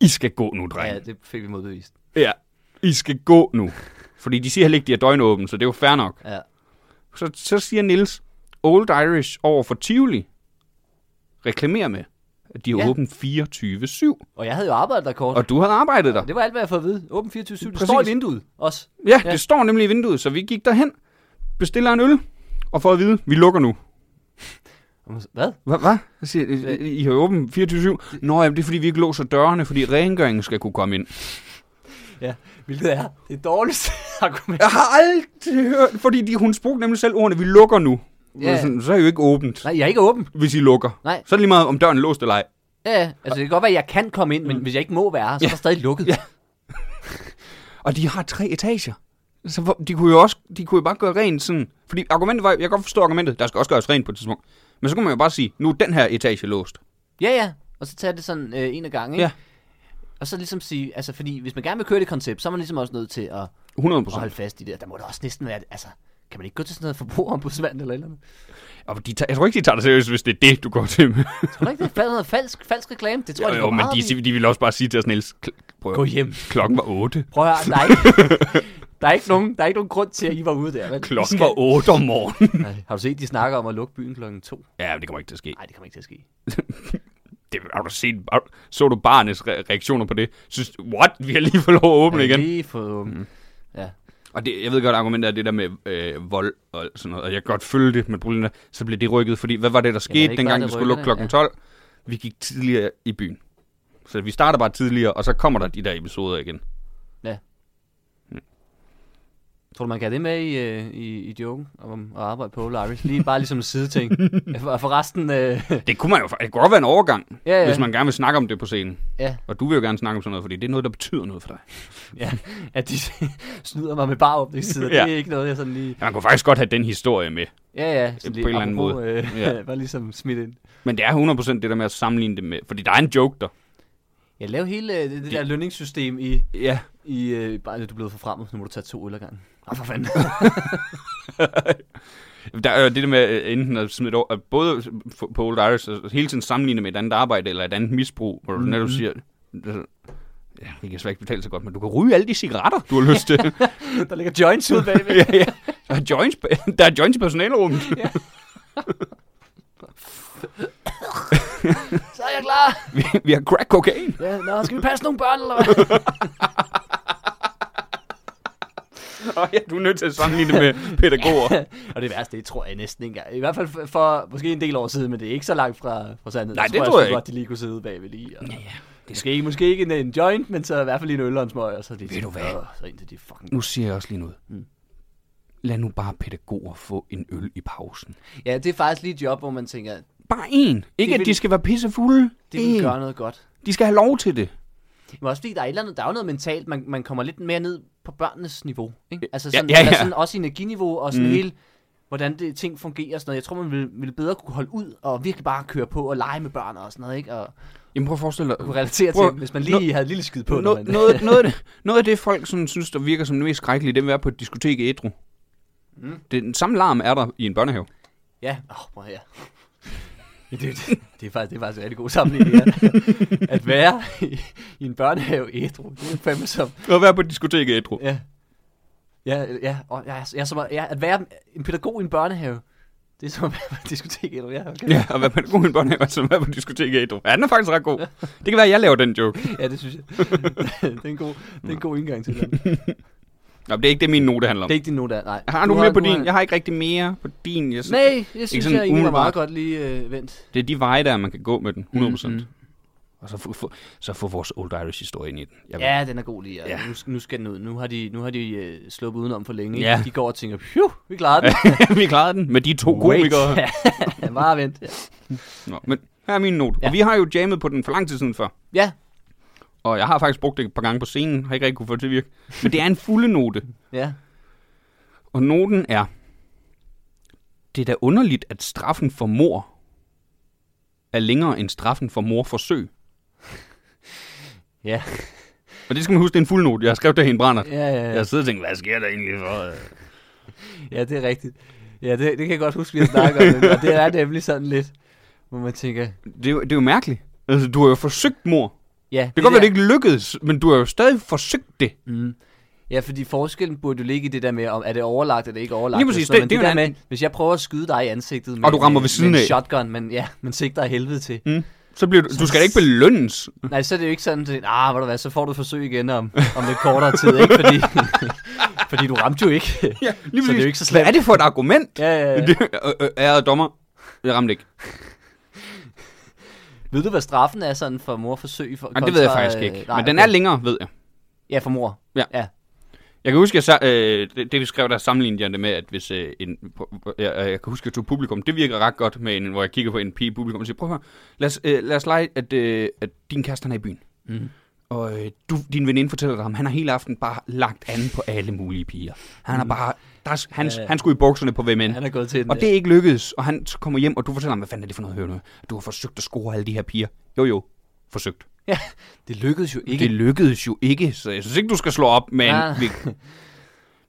Speaker 1: I skal gå nu,
Speaker 3: Ja,
Speaker 1: dreng.
Speaker 3: det fik vi modbevist.
Speaker 1: Ja, I skal gå nu. Fordi de siger heller ikke, de er døgnåben, så det er jo fair nok.
Speaker 3: Ja.
Speaker 1: Så, så siger Nils Old Irish over for Tivoli reklamerer med, at de er
Speaker 3: Ja.
Speaker 1: ja. åbent 24-7.
Speaker 3: Og jeg havde jo arbejdet der kort.
Speaker 1: Og du havde arbejdet der.
Speaker 3: Det var alt, hvad jeg havde fået at vide. Åben 24-7. Det
Speaker 1: Præcis.
Speaker 3: står i vinduet også.
Speaker 1: Ja,
Speaker 3: Ja.
Speaker 1: det står nemlig i vinduet, så vi gik derhen, bestiller en øl, og får at vide, vi lukker nu.
Speaker 3: Hvad?
Speaker 1: Hvad? Hva? Jeg siger, "I- I I har åben 24-7. Nå, jamen, det er fordi, vi ikke låser dørene, fordi rengøringen skal kunne komme ind.
Speaker 3: Ja, hvilket er det dårligste <laughs> argument.
Speaker 1: Jeg har aldrig hørt, fordi de, hun spurgte nemlig selv ordene, vi lukker nu.
Speaker 3: Ja.
Speaker 1: Ja. Sådan, så er I jo ikke åbent,
Speaker 3: Nej, jeg er ikke åben.
Speaker 1: hvis I lukker.
Speaker 3: Nej.
Speaker 1: Så er det lige meget, om døren er låst eller ej.
Speaker 3: Ja, altså det kan godt være, at jeg kan komme ind, men hvis jeg ikke må være her, så er der stadig lukket. Mm. Ja.
Speaker 1: Og de har tre etager. Så hvor- de kunne jo også, de kunne jo bare gøre rent sådan, fordi argumentet var, jeg kan godt forstå argumentet, der skal også gøres rent på et tidspunkt. Men så kunne man jo bare sige, nu er den her etage låst.
Speaker 3: ja, ja. Og så tager det sådan øh, en af gangen, ikke?
Speaker 1: Ja.
Speaker 3: Og så ligesom sige, altså fordi hvis man gerne vil køre det koncept, så er man ligesom også nødt til at,
Speaker 1: 100
Speaker 3: at holde
Speaker 1: procent.
Speaker 3: fast i det. Der må der også næsten være, altså kan man ikke gå til sådan noget forbrugerombudsmand eller et <laughs> eller andet?
Speaker 1: Og de tager, jeg tror ikke, de tager det seriøst, hvis det er det, du går til med.
Speaker 3: Tror du ikke, det er noget falsk, falsk reklame? Det
Speaker 1: <laughs>
Speaker 3: tror
Speaker 1: Jo,
Speaker 3: jeg,
Speaker 1: jo,
Speaker 3: de
Speaker 1: men de,
Speaker 3: siger...
Speaker 1: siger- de ville også bare sige til os, Niels, kl- prøv at-
Speaker 3: Gå hjem.
Speaker 1: Klokken var 8.
Speaker 3: Prøv at høre, der er, ikke,
Speaker 1: <laughs>
Speaker 3: der, er ikke nogen, der er ikke nogen grund til, at I var ude der. vel?
Speaker 1: Klokken var 8 om morgenen.
Speaker 3: Nej, Har du set, de snakker om at lukke byen klokken to?
Speaker 1: <laughs> Ja, det kommer ikke til at ske.
Speaker 3: Nej, det kommer ikke til at ske.
Speaker 1: Det, har du set, har- så du barnets re- reaktioner på det? Synes, what? Vi har lige fået lov at åbne
Speaker 3: Er det
Speaker 1: igen.
Speaker 3: Lige for, mm. Ja,
Speaker 1: Og det, jeg ved godt, argumentet er det der med øh, vold og sådan noget, og jeg kan godt følge det, men problemet er, så blev det rykket, fordi hvad var det, der
Speaker 3: ikke
Speaker 1: skete
Speaker 3: bare
Speaker 1: dengang,
Speaker 3: det
Speaker 1: det skulle lukke klokken
Speaker 3: rykkede,
Speaker 1: 12? Vi gik tidligere i byen. Så vi starter bare tidligere, og så kommer der de der episoder igen.
Speaker 3: ja. Tror du, man kan have det med i, øh, i, i joken om at arbejde på Old Irish? Lige bare ligesom en
Speaker 1: <laughs>
Speaker 3: sideting. Og Forresten, øh,
Speaker 1: Det kunne man jo fa- det kunne godt være en overgang,
Speaker 3: Ja,
Speaker 1: ja,
Speaker 3: ja.
Speaker 1: ja. hvis man gerne vil snakke om det på scenen.
Speaker 3: ja,
Speaker 1: Og du vil jo gerne snakke om sådan noget, fordi det er noget, der betyder noget for dig.
Speaker 3: ja, at de <laughs> snyder mig med bare åbningstider. ja.
Speaker 1: Ja.
Speaker 3: Det er ikke noget, jeg sådan lige...
Speaker 1: Ja, man kunne faktisk godt have den historie med.
Speaker 3: Ja, ja. sådan
Speaker 1: På
Speaker 3: lige
Speaker 1: en eller anden
Speaker 3: apropos,
Speaker 1: måde.
Speaker 3: Øh, ja.
Speaker 1: Ja.
Speaker 3: <laughs> bare ligesom smidt ind.
Speaker 1: Men det er 100% det der med at sammenligne det med. Fordi der er en joke der.
Speaker 3: Jeg laver hele øh, det, det
Speaker 1: Ja.
Speaker 3: der lønningssystem i...
Speaker 1: Ja.
Speaker 3: I, øh, bare, du er blevet forfremmet, nu må du tage to øl ad gangen. Ah, for
Speaker 1: <laughs>
Speaker 3: fanden.
Speaker 1: Der er jo det der med øh, enten at smide det over, at både f- på Old Irish, og hele tiden sammenligne med et andet arbejde eller et andet misbrug, hvor du mm-hmm. netop siger, altså, ja, det kan slet ikke betale så godt, men du kan ryge alle de cigaretter, du har <laughs> lyst til.
Speaker 3: der ligger joints ud bagved.
Speaker 1: ja, ja. Der er joints, der er joints i personalerummet.
Speaker 3: Så er jeg klar.
Speaker 1: vi, vi har crack kokain.
Speaker 3: Ja, nå, skal vi passe nogle børn, eller hvad?
Speaker 1: Og ja, du er nødt til at sammenligne det med pædagoger.
Speaker 3: <laughs> og det værste, det tror jeg næsten ikke engang. I hvert fald for, for måske en del år siden, men det er ikke så langt fra, fra sandheden.
Speaker 1: Nej,
Speaker 3: Så
Speaker 1: det tror jeg
Speaker 3: sgu
Speaker 1: ikke.
Speaker 3: godt, de lige kunne sidde bagved lige. Og... Ja, ja. Det skal ikke, måske ikke en, en joint, men så i hvert fald lige en øl og en smøg, og så lige Ved
Speaker 1: du hvad?
Speaker 3: Så indtil de fucking...
Speaker 1: Nu siger jeg også lige noget. Lad nu bare pædagoger få en øl i pausen.
Speaker 3: Ja, det er faktisk lige et job, hvor man tænker,
Speaker 1: Bare en. Ikke
Speaker 3: Det
Speaker 1: det
Speaker 3: vil-
Speaker 1: at de skal være pissefulde.
Speaker 3: det vil
Speaker 1: Én.
Speaker 3: gøre noget godt.
Speaker 1: De skal have lov til det.
Speaker 3: Men også fordi, der er, et eller andet, der er jo noget mentalt, man, man kommer lidt mere ned på børnenes niveau. Ikke? Altså
Speaker 1: Ja,
Speaker 3: sådan,
Speaker 1: ja, ja.
Speaker 3: Sådan, også energiniveau og sådan mm. hele, hvordan det, ting fungerer og sådan noget. Jeg tror, man ville, ville bedre kunne holde ud og virkelig bare køre på og lege med børn og sådan noget. Ikke? Og
Speaker 1: Jamen prøv at forestille dig.
Speaker 3: kunne relatere
Speaker 1: Prøv-
Speaker 3: til, hvis man lige havde et lille skid på. når
Speaker 1: Noget,
Speaker 3: man,
Speaker 1: noget, noget, af <laughs> det, noget af det, folk sådan, synes, der virker som det mest skrækkelige, det er at være på et diskotek i Edru. Mm. Det, den samme larm er der i en børnehave.
Speaker 3: <laughs> Ja, åh, oh, prøv her. Ja, det, det, det, er faktisk, det er faktisk en rigtig god sammenligning. Ja. At være i, i en børnehave ædru, det er fandme som...
Speaker 1: Og være på diskoteket, ædru.
Speaker 3: Ja, ja, ja, og, ja, ja, som, at- ja at være en pædagog i en børnehave, det er som at være på et diskotek, eller ja, okay.
Speaker 1: Ja, og være pædagog i en børnehave, og så være på diskoteket, ædru. Ja, den er faktisk ret god. Det kan være, at jeg laver den joke.
Speaker 3: ja, det synes jeg. det, er en god, det er en god indgang til det.
Speaker 1: Nå, men det er ikke det, min note handler om.
Speaker 3: Det er ikke din note, der, nej.
Speaker 1: Har du mere på
Speaker 3: har-
Speaker 1: din? Jeg har ikke rigtig mere på din. Jeg synes,
Speaker 3: Nej, jeg synes,
Speaker 1: sådan
Speaker 3: jeg egentlig var
Speaker 1: umiddelbart.
Speaker 3: meget godt lige øh, vent.
Speaker 1: Det er de veje, der er, man kan gå med den, 100%.
Speaker 3: Mm, mm.
Speaker 1: Mhm. Og så få, få, så få vores Old Irish historie ind i den. Jeg ved-
Speaker 3: Ja, den er god lige. Ja.
Speaker 1: Ja.
Speaker 3: Nu, nu skal den ud. Nu har de, nu har de øh, sluppet udenom for længe.
Speaker 1: Ja.
Speaker 3: Ja. De går og tænker, phew, vi klarede
Speaker 1: <laughs>
Speaker 3: den.
Speaker 1: vi klarede den med de to komikere.
Speaker 3: <laughs> Ja, bare vent. Ja.
Speaker 1: Nå, men her er min note. Ja.
Speaker 3: Ja.
Speaker 1: Og vi har jo jammet på den for lang tid siden før.
Speaker 3: ja.
Speaker 1: Og jeg har faktisk brugt det et par gange på scenen. Har ikke rigtig kunne få det til at virke. Men det er en fulde note.
Speaker 3: Ja.
Speaker 1: Og noten er... Det er da underligt, at straffen for mor er længere end straffen for morforsøg.
Speaker 3: Ja.
Speaker 1: Og det skal man huske, det er en fuld note. Jeg har skrevet det her i en brændert.
Speaker 3: Ja, ja, ja.
Speaker 1: Jeg sidder og tænker, hvad sker der egentlig for? øh?
Speaker 3: ja, det er rigtigt. Ja, det, det kan jeg godt huske, vi har snakket om. det, Og det er nemlig sådan lidt, hvor man tænker,
Speaker 1: Det er, jo, det er jo mærkeligt. Altså, du har jo forsøgt mor.
Speaker 3: ja.
Speaker 1: Det kan godt være, det ikke lykkedes, men du har jo stadig forsøgt det.
Speaker 3: Mm. Ja, fordi forskellen burde jo ligge i det der med, om er det overlagt eller ikke overlagt.
Speaker 1: Lige præcis,
Speaker 3: det,
Speaker 1: det-
Speaker 3: det,
Speaker 1: det er
Speaker 3: det
Speaker 1: jo
Speaker 3: der
Speaker 1: en
Speaker 3: med,
Speaker 1: anden-
Speaker 3: hvis jeg prøver at skyde dig i ansigtet med,
Speaker 1: Og du rammer ved
Speaker 3: med,
Speaker 1: siden
Speaker 3: med
Speaker 1: af.
Speaker 3: en shotgun, men ja, man sigter af helvede til.
Speaker 1: Mm. Så bliver du, du skal da ikke belønnes.
Speaker 3: Nej, så er det jo ikke sådan, at ah, ved du hvad, så får du et forsøg igen om, om lidt kortere tid, ikke? Fordi, <laughs> fordi du ramte jo
Speaker 1: <laughs>
Speaker 3: ikke.
Speaker 1: Ja,
Speaker 3: Så det er jo ikke så
Speaker 1: Hvad
Speaker 3: slemt.
Speaker 1: er det for et argument?
Speaker 3: Ja, ja, ja.
Speaker 1: Det, øh, øh, ærede dommer, jeg ramte ikke.
Speaker 3: Ved du, hvad straffen er sådan for morforsøg? For,
Speaker 1: Nej, det ved jeg faktisk
Speaker 3: øh,
Speaker 1: ikke. Men den er længere, ved jeg.
Speaker 3: Ja, for mor.
Speaker 1: Ja.
Speaker 3: ja.
Speaker 1: Jeg kan huske, jeg, sa- øh, det, det vi skrev, der sammenlignede jeg det med, at hvis øh, en, på- på- jeg, jeg kan huske, at tog publikum, det virker ret godt, med en, hvor jeg kigger på en pige i publikum og siger, prøv at høre, lad os, øh, lad os lege, at, øh, at din kæreste han er i byen.
Speaker 3: Mm.
Speaker 1: Og øh, du, din veninde fortæller dig, om han har hele aften bare lagt an på alle mulige piger. Han er bare, der er, s- han,
Speaker 3: Mhm. Ja, ja.
Speaker 1: han skulle i bukserne på hvem end.
Speaker 3: Han er gået til den. øh.
Speaker 1: Og det er ikke lykkedes, og han så kommer hjem, og du fortæller ham, hvad fanden er det for noget, hør nu? At Du har forsøgt at score alle de her piger. Jo, jo, forsøgt.
Speaker 3: ja. det lykkedes jo ikke.
Speaker 1: Ikke. Det lykkedes jo ikke, så jeg synes ikke, du skal slå op med en...
Speaker 3: Ah.
Speaker 1: <laughs> vi-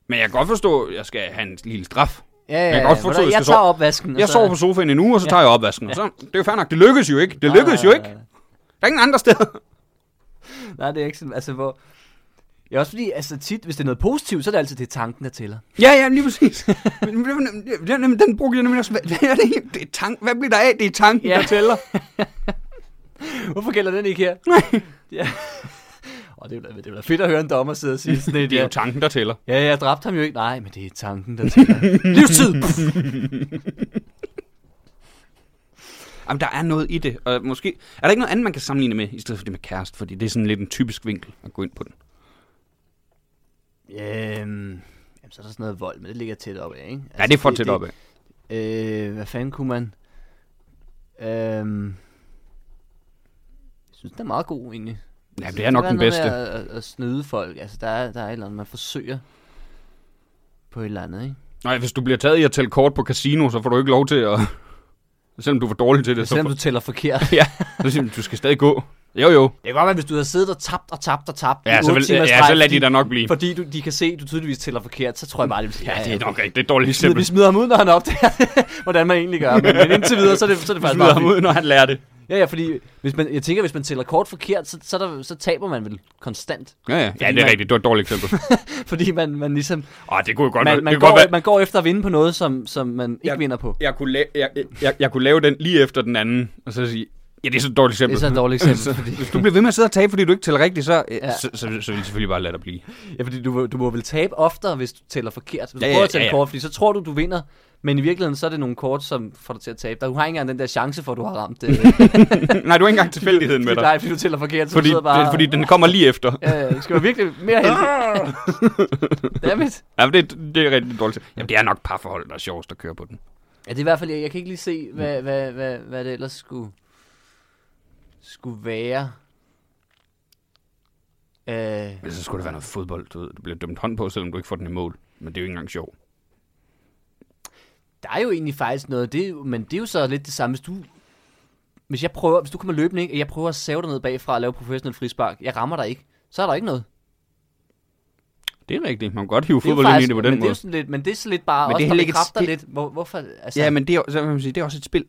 Speaker 1: Men jeg kan godt forstå, at jeg skal have en lille straf.
Speaker 3: ja, ja,
Speaker 1: jeg kan
Speaker 3: ja.
Speaker 1: godt forstå,
Speaker 3: Ved du,
Speaker 1: at jeg
Speaker 3: jeg,
Speaker 1: skal
Speaker 3: tager
Speaker 1: sove.
Speaker 3: opvasken. og
Speaker 1: Jeg
Speaker 3: så-
Speaker 1: sover på sofaen en uge, og så tager jeg opvasken. Og så, det er jo fair nok. Det lykkedes jo ikke. Det lykkedes jo ikke. Der er ingen andre steder.
Speaker 3: Nej, det er ikke sådan, altså hvor... Ja, også fordi, altså tit, hvis det er noget positivt, så er det altid det tanken, der tæller.
Speaker 1: <laughs> Ja, ja, lige præcis. <laughs> Men- men- men- men- men- Den brugte jeg nemlig også. Hvad, hvad er det? helt- det er tank. Hvad bliver der af? Det er tanken,
Speaker 3: Ja.
Speaker 1: der tæller.
Speaker 3: <laughs> Hvorfor gælder den ikke her? <laughs> Ja. Og det er jo- det er da fedt at høre en dommer sidde og sige sådan et,
Speaker 1: Det er
Speaker 3: ja,
Speaker 1: jo tanken, der tæller.
Speaker 3: ja, jeg dræbte ham jo ikke. Nej, men det er tanken,
Speaker 1: <laughs>
Speaker 3: der tæller. Livstid!
Speaker 1: Jamen, der er noget i det. Og måske... Er der ikke noget andet, man kan sammenligne med, i stedet for det med kæreste? Fordi det er sådan lidt en typisk vinkel at gå ind på den.
Speaker 3: øhm, jamen, så er der sådan noget vold, men det ligger tæt op af, ikke? Altså,
Speaker 1: Ja, det er for tæt op af.
Speaker 3: Øh, hvad fanden kunne man... Øhm, jeg synes, den er meget god, egentlig.
Speaker 1: Ja,
Speaker 3: Jeg synes,
Speaker 1: det er nok
Speaker 3: der
Speaker 1: den
Speaker 3: noget
Speaker 1: bedste.
Speaker 3: Med at, at, at, snyde folk. Altså, der er, der er et eller andet, man forsøger på et eller andet, ikke?
Speaker 1: Nej, hvis du bliver taget i at tælle kort på casino, så får du ikke lov til at... <laughs> Selvom du er for dårlig til det, så,
Speaker 3: Altså, Selvom
Speaker 1: får...
Speaker 3: du tæller forkert.
Speaker 1: ja, så siger, du, du skal stadig gå. Jo, jo.
Speaker 3: Det kan godt være, hvis du har siddet og tabt og tabt og tabt
Speaker 1: Ja,
Speaker 3: i
Speaker 1: så,
Speaker 3: otte
Speaker 1: vil,
Speaker 3: timer
Speaker 1: ja,
Speaker 3: i streg,
Speaker 1: så lad de
Speaker 3: fordi-
Speaker 1: da nok blive.
Speaker 3: Fordi du, de kan se, at du tydeligvis tæller forkert, så tror jeg bare, det bliver...
Speaker 1: Ja, det er nok rigtigt. Det er et dårligt
Speaker 3: Smider,
Speaker 1: eksempel.
Speaker 3: vi smider ham ud, når han opdager, <laughs> hvordan man egentlig gør. Men, men indtil videre, så er det, så er det
Speaker 1: Vi
Speaker 3: faktisk
Speaker 1: smider
Speaker 3: bare...
Speaker 1: ham
Speaker 3: fint.
Speaker 1: ud, når han lærer det.
Speaker 3: Ja, ja, fordi hvis man, jeg tænker, hvis man tæller kort forkert, så, så, er der, så taber man vel konstant. <laughs>
Speaker 1: Ja, ja. ja
Speaker 3: Fordi
Speaker 1: det er
Speaker 3: man-
Speaker 1: rigtigt. Det var et dårligt eksempel.
Speaker 3: Fordi man, man ligesom...
Speaker 1: Åh, det kunne jo godt,
Speaker 3: Man,
Speaker 1: være-
Speaker 3: man,
Speaker 1: det
Speaker 3: går,
Speaker 1: kunne godt være.
Speaker 3: man går efter at vinde på noget, som, som man ikke
Speaker 1: Ja.
Speaker 3: vinder på.
Speaker 1: Jeg kunne, la- jeg, jeg, jeg, jeg kunne lave den lige efter den anden, og så sige, ja, det er så et dårligt
Speaker 3: Det
Speaker 1: eksempel.
Speaker 3: er så et
Speaker 1: <laughs>
Speaker 3: dårligt eksempel, fordi,
Speaker 1: Hvis du bliver ved med at sidde og tabe, fordi du ikke tæller rigtigt, så, ja.
Speaker 3: Ja.
Speaker 1: så, så, så vil jeg selvfølgelig bare lade dig blive. <laughs>
Speaker 3: ja, fordi du, må- du må vel tabe oftere, hvis du tæller forkert. Hvis du
Speaker 1: Ja, ja,
Speaker 3: prøver at tælle
Speaker 1: ja, ja.
Speaker 3: kort, fordi så tror du, du vinder. Men i virkeligheden, så er det nogle kort, som får dig til at tabe. Der, du har ikke engang den der chance for, at du har
Speaker 1: <laughs>
Speaker 3: ramt det.
Speaker 1: Nej,
Speaker 3: <laughs>
Speaker 1: du er ikke engang tilfældigheden med dig.
Speaker 3: Nej, fordi du tæller forkert, så
Speaker 1: Fordi,
Speaker 3: fordi, du sidder bare...
Speaker 1: det- fordi Ah! den kommer lige efter.
Speaker 3: Ja, det skal være virkelig mere <laughs> heldig. Dammit.
Speaker 1: Ja, men det, det er rigtig dårligt. Jamen, det er nok parforhold, der er sjovest at køre på den.
Speaker 3: Ja, det er i hvert fald, jeg, jeg kan ikke lige se, hvad, hvad, hvad, hvad det ellers skulle, skulle være. Øh,
Speaker 1: Men så skulle det være noget fodbold, du ved. Du bliver dømt hånd på, selvom du ikke får den i mål. Men det er jo ikke engang sjovt.
Speaker 3: der er jo egentlig faktisk noget, det, er jo- men det er jo så lidt det samme, hvis du... Hvis jeg prøver, hvis du kommer løbende, ikke? jeg prøver at save dig ned bagfra og lave professionel frispark, jeg rammer dig ikke, så er der ikke noget.
Speaker 1: Det er rigtigt. Man kan godt hive
Speaker 3: er jo
Speaker 1: fodbold ind i det på den
Speaker 3: men Det er
Speaker 1: måde.
Speaker 3: jo sådan lidt, men det er sådan lidt bare
Speaker 1: Men
Speaker 3: men
Speaker 1: det er heller
Speaker 3: også, det
Speaker 1: ikke et
Speaker 3: bekræfter
Speaker 1: spil.
Speaker 3: lidt. Hvor, hvorfor, altså,
Speaker 1: Ja, men det er, jo- så kan man sige, det er også et spil.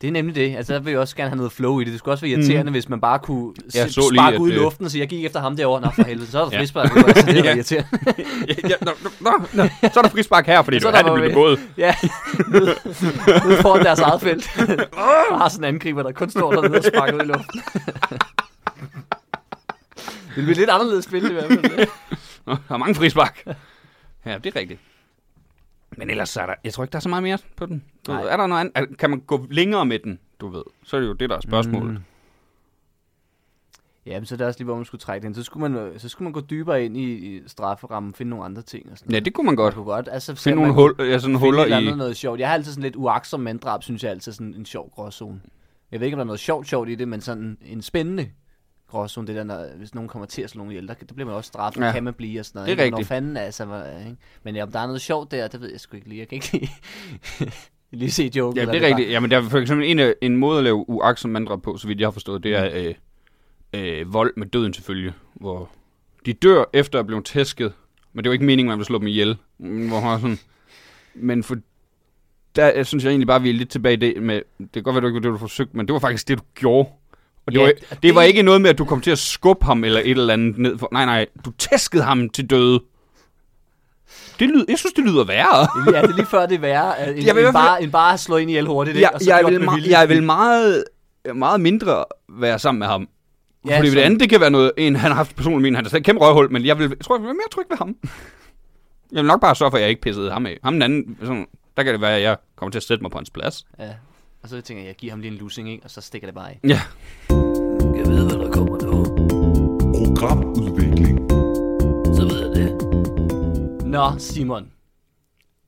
Speaker 3: Det er nemlig det. Altså, der vil jeg også gerne have noget flow i det. Det skulle også være irriterende, mm. hvis man bare kunne
Speaker 1: Jeg
Speaker 3: se,
Speaker 1: så lige,
Speaker 3: sparke ud i
Speaker 1: at, øh,
Speaker 3: luften og sige, jeg gik efter ham derovre. Nå, for helvede, så er der
Speaker 1: <laughs> Ja.
Speaker 3: frispark. nu, altså, det er
Speaker 1: Ja.
Speaker 3: ja. irriterende.
Speaker 1: <laughs> ja, nå, nå, nå, nå, så er der frispark her, fordi det
Speaker 3: Så
Speaker 1: var
Speaker 3: er
Speaker 1: her,
Speaker 3: der
Speaker 1: det blev
Speaker 3: bare-
Speaker 1: begået.
Speaker 3: ja, nede, nede foran deres eget felt. <laughs> Bare sådan en angriber, der kun står dernede og sparker ud i luften. <laughs> det bliver lidt anderledes spil i hvert fald.
Speaker 1: Nå, Der er mange frispark. Ja, det er rigtigt. Men ellers så er der, jeg tror ikke, der er så meget mere på den. Du ved,
Speaker 3: Nej.
Speaker 1: er der noget andet? Er- Kan man gå længere med den, du ved? Så er det jo det, der er spørgsmålet. Mm.
Speaker 3: Ja, men så er det også lige, hvor man skulle trække den. Så skulle man, øh, så skulle man gå dybere ind i, i strafferammen, finde nogle andre ting. Og sådan.
Speaker 1: Ja, det kunne man godt.
Speaker 3: Man kunne godt. Altså,
Speaker 1: Finde
Speaker 3: selvom
Speaker 1: nogle
Speaker 3: man-
Speaker 1: hul, ja, sådan
Speaker 3: finde
Speaker 1: huller
Speaker 3: et eller andet
Speaker 1: i...
Speaker 3: noget sjovt. Jeg har altid sådan lidt uaksom manddrab, synes jeg altid er sådan en sjov gråzone. Jeg ved ikke, om der er noget sjovt sjovt i det, men sådan en spændende gråzone, det der, når, hvis nogen kommer til at slå nogen ihjel, der, der bliver man også straffet,
Speaker 1: Ja.
Speaker 3: ja. kan man blive og sådan noget.
Speaker 1: Det er
Speaker 3: ikke? Men
Speaker 1: rigtigt.
Speaker 3: Når fanden altså, hvor, ikke? Men ja, om der er noget sjovt der, det ved jeg sgu ikke lige. Jeg kan ikke lige, <laughs> lige se joken.
Speaker 1: Ja,
Speaker 3: eller
Speaker 1: det er
Speaker 3: bare-
Speaker 1: rigtigt. Jamen, der er for eksempel en, øh, en måde at lave uaksom manddrab på, så vidt jeg har forstået, det er øh, øh, vold med døden til følge, hvor de dør efter at blive tæsket, men det er jo ikke meningen, man vil slå dem ihjel. Mm, Hvor man er sådan, men for, der øh, synes jeg egentlig bare, vi er lidt tilbage i det med, det kan godt være, det var ikke var det, du forsøgte, men det var faktisk det, du gjorde. Og det,
Speaker 3: Ja,
Speaker 1: var,
Speaker 3: og
Speaker 1: det var
Speaker 3: det-
Speaker 1: ikke noget med, at du kom til at skubbe ham eller et eller andet ned for. Nej, nej, du tæskede ham til døde. Det lyder, jeg synes, det lyder værre.
Speaker 3: Ja, det er lige før det er værre, at en,
Speaker 1: Jeg vil i
Speaker 3: en,
Speaker 1: hvert fald-
Speaker 3: bare, en bare at slå ind ihjel hurtigt, ikke?
Speaker 1: jeg,
Speaker 3: og så
Speaker 1: jeg,
Speaker 3: gjort
Speaker 1: vil
Speaker 3: med
Speaker 1: me-
Speaker 3: vilje.
Speaker 1: jeg vil meget, meget mindre være sammen med ham. Ja,
Speaker 3: Ja,
Speaker 1: Fordi det
Speaker 3: sådan.
Speaker 1: andet, det kan være noget, en han har haft personligt min, han har et kæmpe røvhul, men jeg vil, jeg tror, jeg vil være mere tryg ved ham. Jeg vil nok bare sørge for, at jeg ikke pissede ham af. Ham den anden, sådan, der kan det være, at jeg kommer til at sætte mig på hans plads.
Speaker 3: Ja. Og så tænker jeg, jeg giver ham lige en lussing, ikke? Og så stikker det bare af.
Speaker 1: Ja.
Speaker 5: Jeg ved, hvad der kommer nu.
Speaker 4: Programudvikling.
Speaker 5: Så ved jeg det.
Speaker 3: Nå, Simon.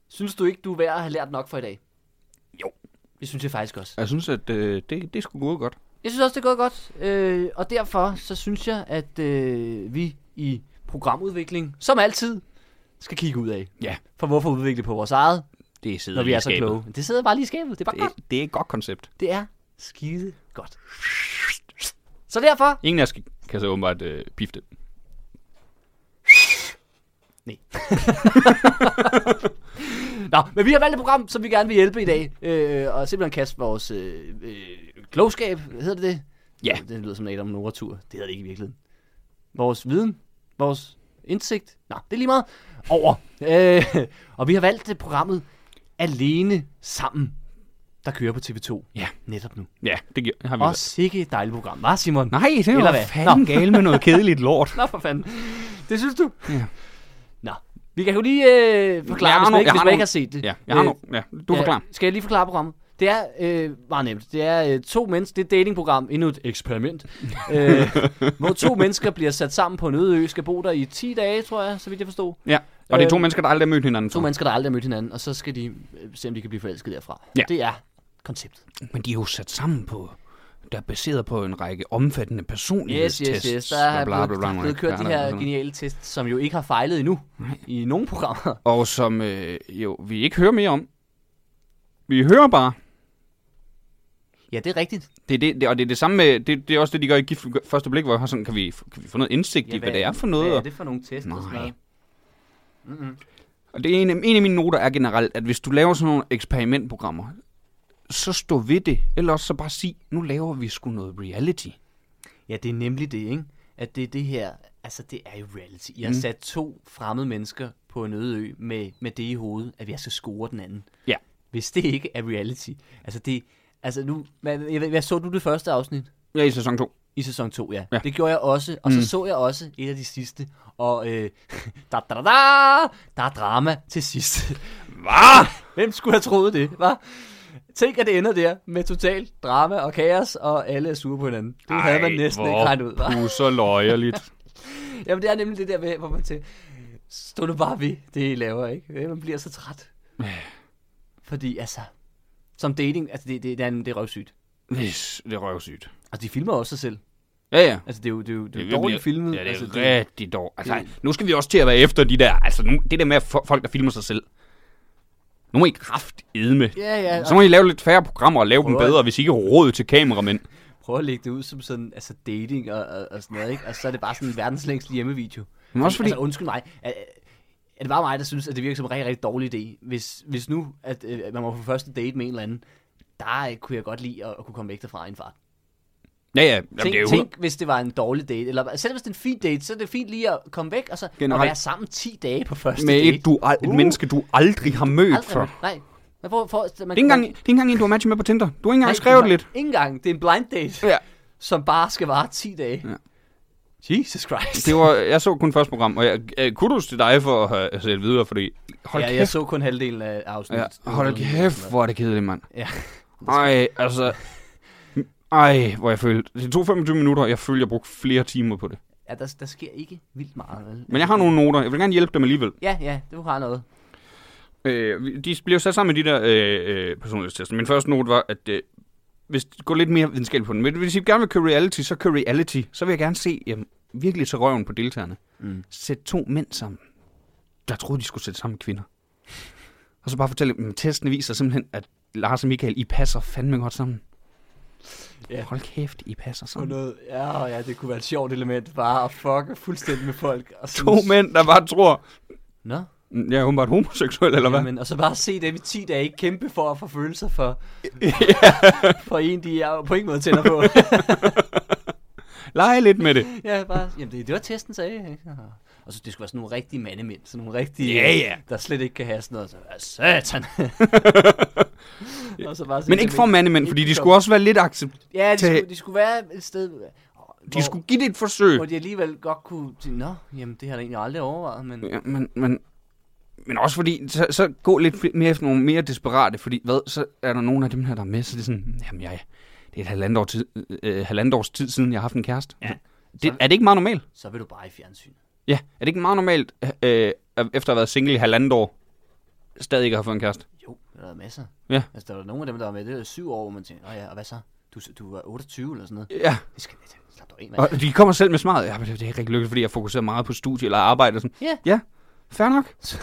Speaker 3: Synes du ikke, du er værd at have lært nok for i dag?
Speaker 1: Jo.
Speaker 3: Det synes jeg faktisk også.
Speaker 1: Jeg synes, at øh, det, det skulle gå godt.
Speaker 3: Jeg synes også, det er gået godt. Øh, og derfor så synes jeg, at øh, vi i programudvikling, som altid, skal kigge ud af.
Speaker 1: Ja,
Speaker 3: For hvorfor udvikle på vores eget,
Speaker 1: det sidder
Speaker 3: når vi
Speaker 1: lige i
Speaker 3: er så
Speaker 1: skabet.
Speaker 3: kloge? Det sidder bare lige i skabet. Det er bare det... godt.
Speaker 1: Det, det er et godt koncept.
Speaker 3: Det er skide godt. Så derfor...
Speaker 1: Ingen af os kan så åbenbart øh, pifte det.
Speaker 3: Nå, men vi har valgt et program, som vi gerne vil hjælpe i dag. Øh, og simpelthen kaste vores øh, øh, klogskab, hedder det det?
Speaker 1: Ja.
Speaker 3: Det lyder som en Adam Nora-tur. Det hedder det ikke i virkeligheden. Vores viden, vores indsigt, nå, det er lige meget, over. Øh, og vi har valgt øh, programmet Alene Sammen, der kører på TV2
Speaker 1: Ja.
Speaker 3: netop nu.
Speaker 1: Ja, det gi- har vi
Speaker 3: Og sikke et dejligt program, var Simon?
Speaker 1: Nej, det er
Speaker 3: Eller
Speaker 1: jo
Speaker 3: hvad?
Speaker 1: fanden
Speaker 3: Nå.
Speaker 1: galt med noget kedeligt
Speaker 3: <laughs>
Speaker 1: lort.
Speaker 3: Nå for fanden, det synes du?
Speaker 1: Ja.
Speaker 3: Nå, vi kan jo lige øh, forklare,
Speaker 1: Jeg har
Speaker 3: hvis man,
Speaker 1: nogle-
Speaker 3: ikke,
Speaker 1: jeg
Speaker 3: hvis
Speaker 1: har
Speaker 3: man ikke
Speaker 1: nogle-
Speaker 3: har set det.
Speaker 1: Ja, jeg har
Speaker 3: Øh,
Speaker 1: nu. Ja, du forklarer.
Speaker 3: Ja, skal jeg lige forklare programmet? Det er øh, meget nemt. Det er øh, to mennesker, det er et datingprogram, endnu et
Speaker 1: <laughs>
Speaker 3: eksperiment, øh, hvor to mennesker bliver sat sammen på en øde ø, skal bo der i 10 dage, tror jeg, så vidt jeg forstod.
Speaker 1: Ja, og det er to
Speaker 3: Øhm,
Speaker 1: mennesker, der aldrig har mødt hinanden.
Speaker 3: To
Speaker 1: før.
Speaker 3: mennesker, der aldrig har mødt hinanden, og så skal de øh, se, om de kan blive forelsket derfra.
Speaker 1: Ja.
Speaker 3: Det er konceptet.
Speaker 1: Men de er jo sat sammen på, der er baseret på en række omfattende
Speaker 3: Yes,
Speaker 1: personlighedstests.
Speaker 3: yes, yes. Der er
Speaker 1: bla, bla, bla,
Speaker 3: blevet, der
Speaker 1: bla,
Speaker 3: er blevet kørt de her geniale tests, som jo ikke har fejlet endnu i nogen programmer.
Speaker 1: Og som øh, jo, vi ikke hører mere om. Vi hører bare.
Speaker 3: Ja, det er rigtigt.
Speaker 1: Det er det, det, og det er det samme med, det, det er også det, de gør i gift ved første blik, hvor jeg har sådan, kan vi, kan vi få noget indsigt ja, i, hvad det er for noget.
Speaker 3: Hvad er
Speaker 1: og-
Speaker 3: det for nogle tests? og sådan
Speaker 1: Nej.
Speaker 3: noget?
Speaker 1: Og det er en, af- en af mine noter er generelt, at hvis du laver sådan nogle eksperimentprogrammer, så stå ved det. Eller også så bare sig, nu laver vi sgu noget reality.
Speaker 3: Ja, det er nemlig det, ikke? At det er det her, altså det er jo reality. Jeg har sat to fremmede mennesker på en øde ø med, med det i hovedet, at jeg skal score den anden.
Speaker 1: Ja.
Speaker 3: Hvis det ikke er reality. Altså det, altså nu, hvad, hvad, hvad så du det første afsnit?
Speaker 1: Ja, i sæson 2.
Speaker 3: I sæson 2, ja.
Speaker 1: Ja.
Speaker 3: ja. Mm. Det gjorde jeg også, og så så jeg også et af de sidste. Og øh, <laughs> da, da, da, da, der er drama til sidst. <laughs>
Speaker 1: Hvad?
Speaker 3: Hvem skulle have troet det, var? Tænk, at det ender der med total drama og kaos, og alle er sure på hinanden. Det Ej, havde man næsten ikke regnet ud, hva'?
Speaker 1: Pusser løjerligt.
Speaker 3: Jamen, det er nemlig det der med, hvor man tænker, stå nu bare ved det, I laver, ikke? Ja, Man bliver så træt. Fordi, altså, som dating, altså, det, det, det, er, det er røvsygt.
Speaker 1: det er røvsygt.
Speaker 3: Altså, de filmer også sig selv.
Speaker 1: Ja, ja.
Speaker 3: Altså, det er jo, det er jo, det er jo
Speaker 1: virkelig-
Speaker 3: dårligt filmet.
Speaker 1: Ja, det er
Speaker 3: altså,
Speaker 1: altså, rigtig dårligt. Altså, ej, nu skal vi også til at være efter de der... Altså, nu, det der med at fo- folk, der filmer sig selv. Nu må I kraft edme.
Speaker 3: Ja, ja,
Speaker 1: Så må I lave lidt færre programmer og lave dem
Speaker 3: Prøv at-
Speaker 1: bedre, hvis I ikke har råd til kameramænd.
Speaker 3: Prøv at lægge det ud som sådan, altså, dating og, og, og sådan noget, ikke? Og så er det bare sådan en verdens længste hjemmevideo.
Speaker 1: Men også fordi-
Speaker 3: Altså, undskyld mig. Er, er det bare mig, der synes, at det virker som en rigtig, rigtig dårlig idé, hvis, hvis nu, at øh, man må få første date med en eller anden, der øh, kunne jeg godt lide at, at kunne komme væk derfra i en fart.
Speaker 1: Ja, ja. Jamen,
Speaker 3: Tænk,
Speaker 1: det er jo...
Speaker 3: tænk, hvis det var en dårlig date, eller selv hvis det er en fin date, så er det fint lige at komme væk, og så
Speaker 1: Generelt.
Speaker 3: og være sammen 10 dage på første
Speaker 1: med
Speaker 3: date.
Speaker 1: et, du, al- et
Speaker 3: Uh.
Speaker 1: menneske, du aldrig har mødt
Speaker 3: Aldrig
Speaker 1: før.
Speaker 3: mødt. Nej, man får, for, man,
Speaker 1: Det er ikke engang, det er ikke engang en, du har matchet med på Tinder. Du har ikke engang skrevet lidt.
Speaker 3: Ikke engang, det er en blind date,
Speaker 1: Ja.
Speaker 3: som bare skal vare 10 dage.
Speaker 1: Ja.
Speaker 3: Jesus Christ.
Speaker 1: Det var, jeg så kun første program, og jeg, øh, kudos til dig for at have set videre, fordi... Hold
Speaker 3: ja, jeg
Speaker 1: kæft,
Speaker 3: så kun halvdelen af afsnittet.
Speaker 1: ja, hold kæft, hvor er det kedeligt, mand.
Speaker 3: Ja.
Speaker 1: <laughs> Ej, altså... Ej, hvor jeg følte... Det tog 25 minutter, og jeg følte, jeg brugte flere timer på det.
Speaker 3: Ja, der, der sker ikke vildt meget. Vel?
Speaker 1: Men jeg har nogle noter. Jeg vil gerne hjælpe dem alligevel.
Speaker 3: Ja, ja, du har noget.
Speaker 1: Øh, vi- de bliver sat sammen med de der øh, øh, personlighedstester. Min første note var, at øh, hvis gå lidt mere videnskabeligt på den. Men hvis I gerne vil køre reality, så køre reality. Så vil jeg gerne se jamen, virkelig til røven på deltagerne. Mm. Sæt to mænd sammen. Jeg troede, de skulle sætte sammen kvinder. Og så bare fortælle dem, at testene viser simpelthen, at Lars og Michael, I passer fandme godt sammen.
Speaker 3: Ja.
Speaker 1: Yeah. Hold kæft, I passer
Speaker 3: På
Speaker 1: sammen.
Speaker 3: noget. Ja, ja, det kunne være et sjovt element, bare at fucke fuldstændig med folk. Og
Speaker 1: To mænd, der bare tror,
Speaker 3: Nå,
Speaker 1: "Mm, jeg er åbenbart homoseksuel, eller hvad?
Speaker 3: Jamen, og så bare se dem i 10 dage kæmpe for at få følelser
Speaker 1: <laughs>
Speaker 3: for, for en, de er på ingen måde tænder på.
Speaker 1: Lege lidt
Speaker 3: <laughs>
Speaker 1: med det.
Speaker 3: ja, bare, jamen, det, det var testen sagde. ikke? Og så det skulle være sådan nogle rigtige mandemænd, sådan nogle rigtige, øh,
Speaker 1: Ja, ja.
Speaker 3: der slet ikke kan have sådan noget. Så,
Speaker 1: <laughs>
Speaker 3: "Ah, satan! og så bare se
Speaker 1: Men
Speaker 3: dem
Speaker 1: ikke for mandemænd, fordi de skulle også være lidt accept.
Speaker 3: Ja, de
Speaker 1: til-
Speaker 3: skulle, de skulle være et sted, øh, hvor,
Speaker 1: De skulle give det et forsøg.
Speaker 3: hvor de alligevel godt kunne sige, nå, jamen, det har jeg da egentlig aldrig overvejet, men...
Speaker 1: Ja, men, men, men også fordi, så, så gå lidt fl- mere efter nogle mere desperate, fordi hvad, så er der nogen af dem her, der er med, så det er sådan, jamen jeg, det er et halvandet, år tid, øh, halvandet års tid siden, jeg har haft en kæreste. Ja. Det, er det ikke meget normalt?
Speaker 3: Så vil du bare i fjernsynet.
Speaker 1: Ja, er det ikke meget normalt, øh, at efter at have været single i halvandet år, stadig ikke har fået en kæreste?
Speaker 3: Jo, der er masser.
Speaker 1: Ja.
Speaker 3: Altså, der var nogle af dem, der var med, det var syv år, hvor man tænkte, åh ja, og hvad så? Du, du var 28 eller sådan noget.
Speaker 1: Ja,
Speaker 3: Det skal det, slap dig af, mand.
Speaker 1: og de kommer selv med smart. Ja, men det, det er ikke rigtig lykkeligt, fordi jeg fokuserer meget på studie eller arbejde. Og sådan.
Speaker 3: Ja.
Speaker 1: Ja, fair nok. Så,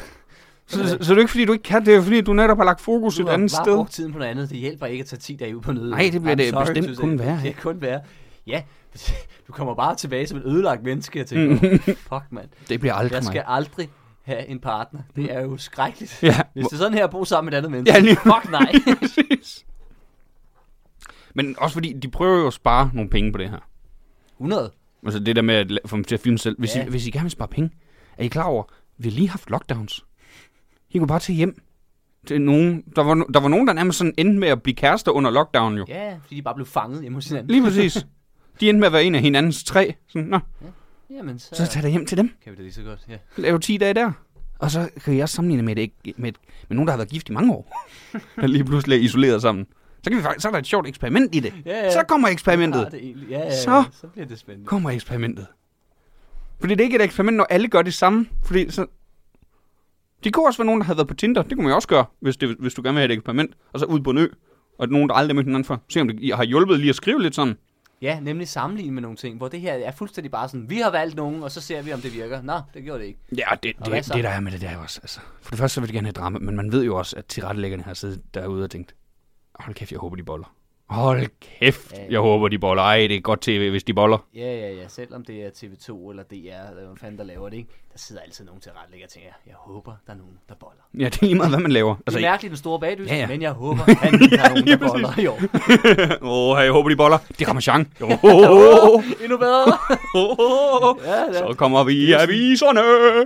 Speaker 1: så, så, det er ikke fordi, du ikke kan det, er fordi, du netop har lagt fokus
Speaker 3: Du
Speaker 1: et
Speaker 3: har
Speaker 1: andet
Speaker 3: bare
Speaker 1: sted.
Speaker 3: brugt tiden på noget andet. Det hjælper ikke at tage 10 dage ud på noget.
Speaker 1: Nej, det bliver det bestemt kun værre,
Speaker 3: Det
Speaker 1: ikke?
Speaker 3: kan kun være. Ja, <laughs> du kommer bare tilbage som et ødelagt menneske
Speaker 1: <laughs>
Speaker 3: og tænker, "Åh, fuck mand,
Speaker 1: Det bliver aldrig
Speaker 3: jeg
Speaker 1: mig.
Speaker 3: skal aldrig have en partner. Det er jo <laughs> skrækkeligt.
Speaker 1: Ja.
Speaker 3: Hvis det er sådan her at bo sammen med et andet menneske.
Speaker 1: Ja, lige-
Speaker 3: Fuck nej. <laughs>
Speaker 1: Præcis. Men også fordi, de prøver jo at spare nogle penge på det her.
Speaker 3: 100.
Speaker 1: Altså det der med at la- få dem til at filme selv. Hvis,
Speaker 3: Ja.
Speaker 1: ja. I, hvis I gerne vil spare penge, er I klar over, vi har lige haft lockdowns. I kunne bare tage hjem. Til nogen. Der, var, no- der var nogen, der nærmest sådan endte med at blive kærester under lockdown jo. Ja.
Speaker 3: Ja, fordi de bare blev fanget hjemme hos hinanden.
Speaker 1: Lige præcis. De endte med at være en af hinandens tre. Sådan, Nå,
Speaker 3: Jamen, så,
Speaker 1: så tag dig hjem til dem.
Speaker 3: kan vi det lige så godt. Ja.
Speaker 1: Lav 10 dage der. Og så kan I også sammenligne med, et, æg- med, et, med nogen, der har været gift i mange år.
Speaker 3: <laughs>
Speaker 1: der lige pludselig er isoleret sammen. Så, kan vi, fakt- så er der et sjovt eksperiment i det.
Speaker 3: Ja, ja.
Speaker 1: Så kommer eksperimentet.
Speaker 3: Har det egentlig. Ja, ja,
Speaker 1: Så.
Speaker 3: så. så bliver det spændende.
Speaker 1: kommer eksperimentet. Fordi det er ikke et eksperiment, når alle gør det samme. Fordi så... De kunne også være nogen, der havde været på Tinder. Det kunne man jo også gøre, hvis, det, hvis du gerne vil have et eksperiment. Og så ud på en ø. Og nogen, der aldrig har mødt hinanden før. Se om det I har hjulpet lige at skrive lidt sammen.
Speaker 3: Ja, nemlig sammenligne med nogle ting, hvor det her er fuldstændig bare sådan, vi har valgt nogen, og så ser vi, om det virker. Nå, det gjorde det ikke.
Speaker 1: Ja, det, det,
Speaker 3: hvad
Speaker 1: det,
Speaker 3: så?
Speaker 1: det der er med det der er jo også. Altså. For det første, så vil de gerne have drama. Men man ved jo også, at tilrettelæggerne har siddet derude og tænkt, hold kæft, jeg håber, de boller. Hold kæft,
Speaker 3: Ja.
Speaker 1: jeg håber, de boller. Ej, det er godt tv, hvis de boller.
Speaker 3: Ja, ja, ja. Selvom det er TV2 eller DR, eller hvad fanden der laver det, ikke? der sidder altid nogen til ret og tænker, jeg håber, der er nogen, der boller.
Speaker 1: Ja, det er lige meget, hvad man laver.
Speaker 3: Altså, det er mærkeligt den store bagdyst,
Speaker 1: Altså, Ja, ja. <laughs>
Speaker 3: ja, ja. men jeg håber, at der er nogen,
Speaker 1: lige
Speaker 3: der boller i år.
Speaker 1: Åh, oh, jeg håber, de boller. Det er Ramachan. Jo, oh,
Speaker 3: Endnu
Speaker 1: <laughs>
Speaker 3: bedre. <laughs> ja, ja.
Speaker 1: så kommer vi i aviserne.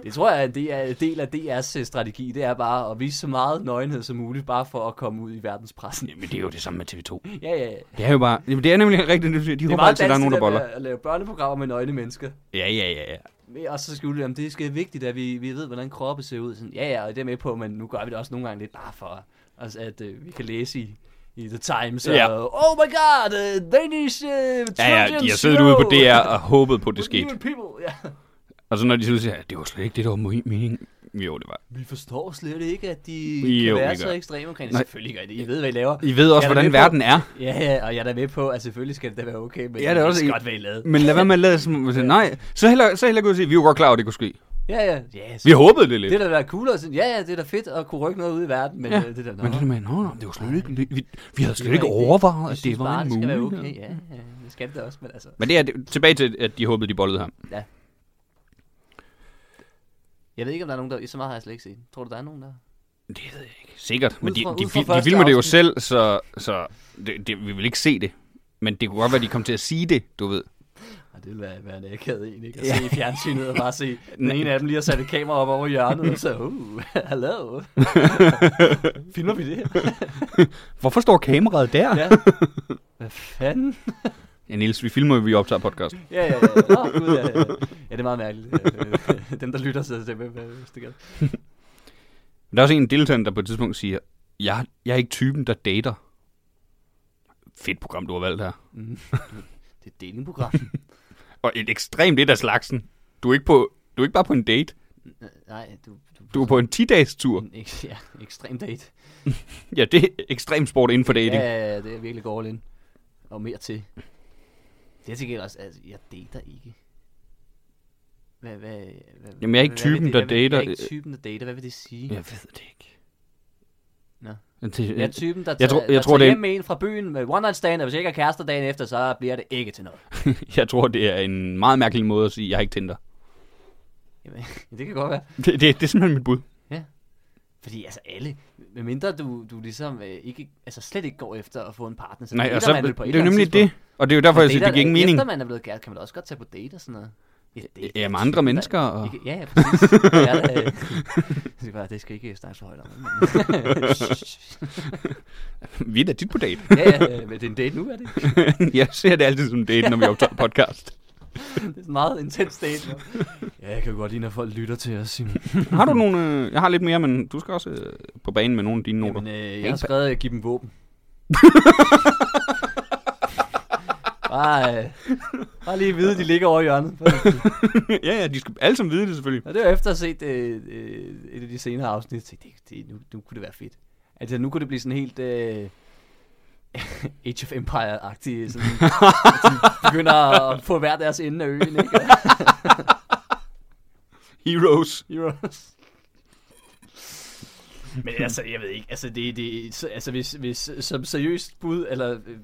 Speaker 3: Det tror jeg, det er en del af DR's strategi. Det er bare at vise så meget nøgenhed som muligt, bare for at komme ud i verdenspressen.
Speaker 1: Jamen, det er jo det samme med TV2.
Speaker 3: Ja, ja, ja.
Speaker 1: Det er jo bare... Jamen, det er nemlig rigtigt, det du siger. de
Speaker 3: Det er
Speaker 1: håber
Speaker 3: meget
Speaker 1: altid,
Speaker 3: dansk,
Speaker 1: der er nogen, der
Speaker 3: det der
Speaker 1: boller.
Speaker 3: med at lave børneprogrammer med nøgne mennesker.
Speaker 1: Ja, ja, ja, ja.
Speaker 3: Men også så skjule, om det er skal vigtigt, at vi, vi ved, hvordan kroppe ser ud. Sådan, ja, ja, og det er med på, men nu gør vi det også nogle gange lidt bare for, altså, at øh, vi kan læse i, i The Times. Og,
Speaker 1: Ja.
Speaker 3: Oh my god, uh, Danish uh,
Speaker 1: Ja, ja,
Speaker 3: Trojans,
Speaker 1: de har siddet
Speaker 3: you
Speaker 1: ude på
Speaker 3: know,
Speaker 1: DR og håbet på, at det
Speaker 3: with
Speaker 1: skete.
Speaker 3: evil people. Ja.
Speaker 1: Og så når de så siger, "Ja, det var slet ikke det, der var me- meningen. Jo, det var.
Speaker 3: Vi forstår slet ikke, at de
Speaker 1: Jo,
Speaker 3: jo,
Speaker 1: vi
Speaker 3: kan være
Speaker 1: gør.
Speaker 3: så ekstreme omkring det.
Speaker 1: Nej.
Speaker 3: Selvfølgelig gør I det. I ved, hvad I laver.
Speaker 1: I ved også,
Speaker 3: Jeg er da
Speaker 1: hvordan
Speaker 3: med på-
Speaker 1: verden er.
Speaker 3: Ja, ja, og jeg er da med på, at selvfølgelig skal det da være okay, men
Speaker 1: Ja, det
Speaker 3: ja,
Speaker 1: er
Speaker 3: det er
Speaker 1: også- Mm.
Speaker 3: godt, hvad I lavede.
Speaker 1: Men lad være med at lade som, at sige, nej. Så heller, så heller gå ud og sige, vi var godt klar over, det kunne ske.
Speaker 3: Ja, ja. ja så-
Speaker 1: Vi håbede det lidt.
Speaker 3: Det der da coolere, sådan, ja, ja, det er da fedt at kunne rykke noget ud i verden, men
Speaker 1: Ja,
Speaker 3: ja. det der, nå,
Speaker 1: Men det der med, nå, nå, det var slet ikke, vi, vi havde slet
Speaker 3: var
Speaker 1: ikke
Speaker 3: ikke det.
Speaker 1: overvejet,
Speaker 3: jeg
Speaker 1: at
Speaker 3: synes
Speaker 1: det var
Speaker 3: bare,
Speaker 1: en
Speaker 3: det skal være
Speaker 1: mulighed.
Speaker 3: okay, ja, ja, det skal det da også, men altså,
Speaker 1: Men det er det- tilbage til, at de håbede, de bollede ham.
Speaker 3: ja. Jeg ved ikke, om der er nogen, der, så meget har jeg slet ikke set. Tror du, der er nogen der?
Speaker 1: Det ved jeg ikke. Sikkert, men
Speaker 3: Ud
Speaker 1: de,
Speaker 3: fra-
Speaker 1: de,
Speaker 3: ud fra
Speaker 1: de, de
Speaker 3: første
Speaker 1: filmer det jo
Speaker 3: afsnit.
Speaker 1: selv, så, så det, det, vi vil ikke se det. Men det kunne godt være, de kom til at sige det, du ved.
Speaker 3: Ej, det ville være, være en akavet en, ikke? At se i fjernsynet og <laughs> bare se, den ene af dem lige har sat et kamera op over hjørnet, og så, uh,
Speaker 1: <laughs>
Speaker 3: hallo, filmer vi det her?
Speaker 1: Hvorfor står kameraet der? Ja,
Speaker 3: Ja. Hvad fanden?
Speaker 1: ja Niels, vi filmer jo, vi optager podcast.
Speaker 3: Ja, ja, ja. Nå, gud, ja, ja. ja, det er meget mærkeligt. Øh, Dem, der lytter, sidder til, hvem er det, gør?
Speaker 1: Men der er også en deltager, der på et tidspunkt siger, jeg, jeg er ikke typen, der dater. Fedt program, du har valgt her.
Speaker 3: Mm. Det er et datingprogram.
Speaker 1: Og et ekstremt et af slagsen. Du er ikke, på, du er ikke bare på en date.
Speaker 3: Nej, du, du,
Speaker 1: Du er på en 10-dages tur.
Speaker 3: en ek- ja, ekstrem date.
Speaker 1: Ja, det er ekstrem sport inden for dating.
Speaker 3: Ja, ja, ja, det er virkelig går all in. Og mere til. Det er til gengæld også, altså, jeg dater ikke. Hvad, hvad, hvad,
Speaker 1: Jamen, jeg er ikke
Speaker 3: hvad vil
Speaker 1: typen,
Speaker 3: det-
Speaker 1: der
Speaker 3: hvad vil- Jeg
Speaker 1: dater.
Speaker 3: er ikke typen, der dater. Hvad vil det sige?
Speaker 1: Jeg ved det ikke.
Speaker 3: Nå.
Speaker 1: Det,
Speaker 3: Jeg er typen, der,
Speaker 1: Jeg
Speaker 3: jeg
Speaker 1: tror-
Speaker 3: tror,
Speaker 1: jeg
Speaker 3: der
Speaker 1: tror,
Speaker 3: tror,
Speaker 1: det
Speaker 3: tager
Speaker 1: er-
Speaker 3: hjem med en fra byen med one night stand, og hvis jeg ikke har kærester dagen efter, så bliver det ikke til noget.
Speaker 1: <laughs> jeg tror, det er en meget mærkelig måde at sige, jeg har ikke Tinder.
Speaker 3: Jamen, <laughs> det kan godt være.
Speaker 1: Det, det, det er simpelthen mit bud.
Speaker 3: Fordi altså alle, medmindre du, du ligesom øh, ikke, altså slet ikke går efter at få en partner, så
Speaker 1: Nej,
Speaker 3: dater
Speaker 1: og så,
Speaker 3: man vel på et
Speaker 1: det er
Speaker 3: eller
Speaker 1: jo
Speaker 3: andet
Speaker 1: nemlig
Speaker 3: tidspunkt.
Speaker 1: det. Og det er jo derfor,
Speaker 3: Man
Speaker 1: jeg siger, det
Speaker 3: dater
Speaker 1: giver ingen
Speaker 3: da-
Speaker 1: mening.
Speaker 3: Efter man er blevet kæreste, kan man da også godt tage på date og sådan noget. Ja, det-
Speaker 1: Ja, med andre mennesker. Og...
Speaker 3: Ikke- Ja, ja, præcis.
Speaker 1: <laughs>
Speaker 3: Det er da, øh, det er bare, det skal ikke snakke så højt om. men-
Speaker 1: Vi er da tit på date.
Speaker 3: <laughs>
Speaker 1: <laughs>
Speaker 3: ja, ja, øh, men det er en date nu, er det ikke?
Speaker 1: jeg ser det altid som date, når vi optager podcast.
Speaker 3: Det er sådan en meget intens date. nu. Ja, jeg kan godt lide, når folk lytter til os, Simon.
Speaker 1: Har du nogle... Øh, jeg har lidt mere, men du skal også øh, på banen med nogle af dine noter.
Speaker 3: Jamen, øh, jeg
Speaker 1: Ingen
Speaker 3: har
Speaker 1: pa-
Speaker 3: skrevet, at jeg giver dem
Speaker 1: <laughs>
Speaker 3: våben. bare, øh, bare lige vide, at de ligger over i hjørnet. øh.
Speaker 1: <laughs> ja, ja, de skal alle sammen vide det selvfølgelig.
Speaker 3: Og det var efter at have set øh, øh, et af de senere afsnit, jeg tænkte, det, det, nu, nu kunne det være fedt. Altså, nu kunne det blive sådan helt øh, <laughs> Age of Empire-agtigt. Sådan, at de begynder at få hver deres ende af øen, <laughs> ikke?
Speaker 1: Heroes.
Speaker 3: Heroes. Men altså, jeg ved ikke, altså, det, det, så- altså hvis, hvis som seriøst bud, eller øh,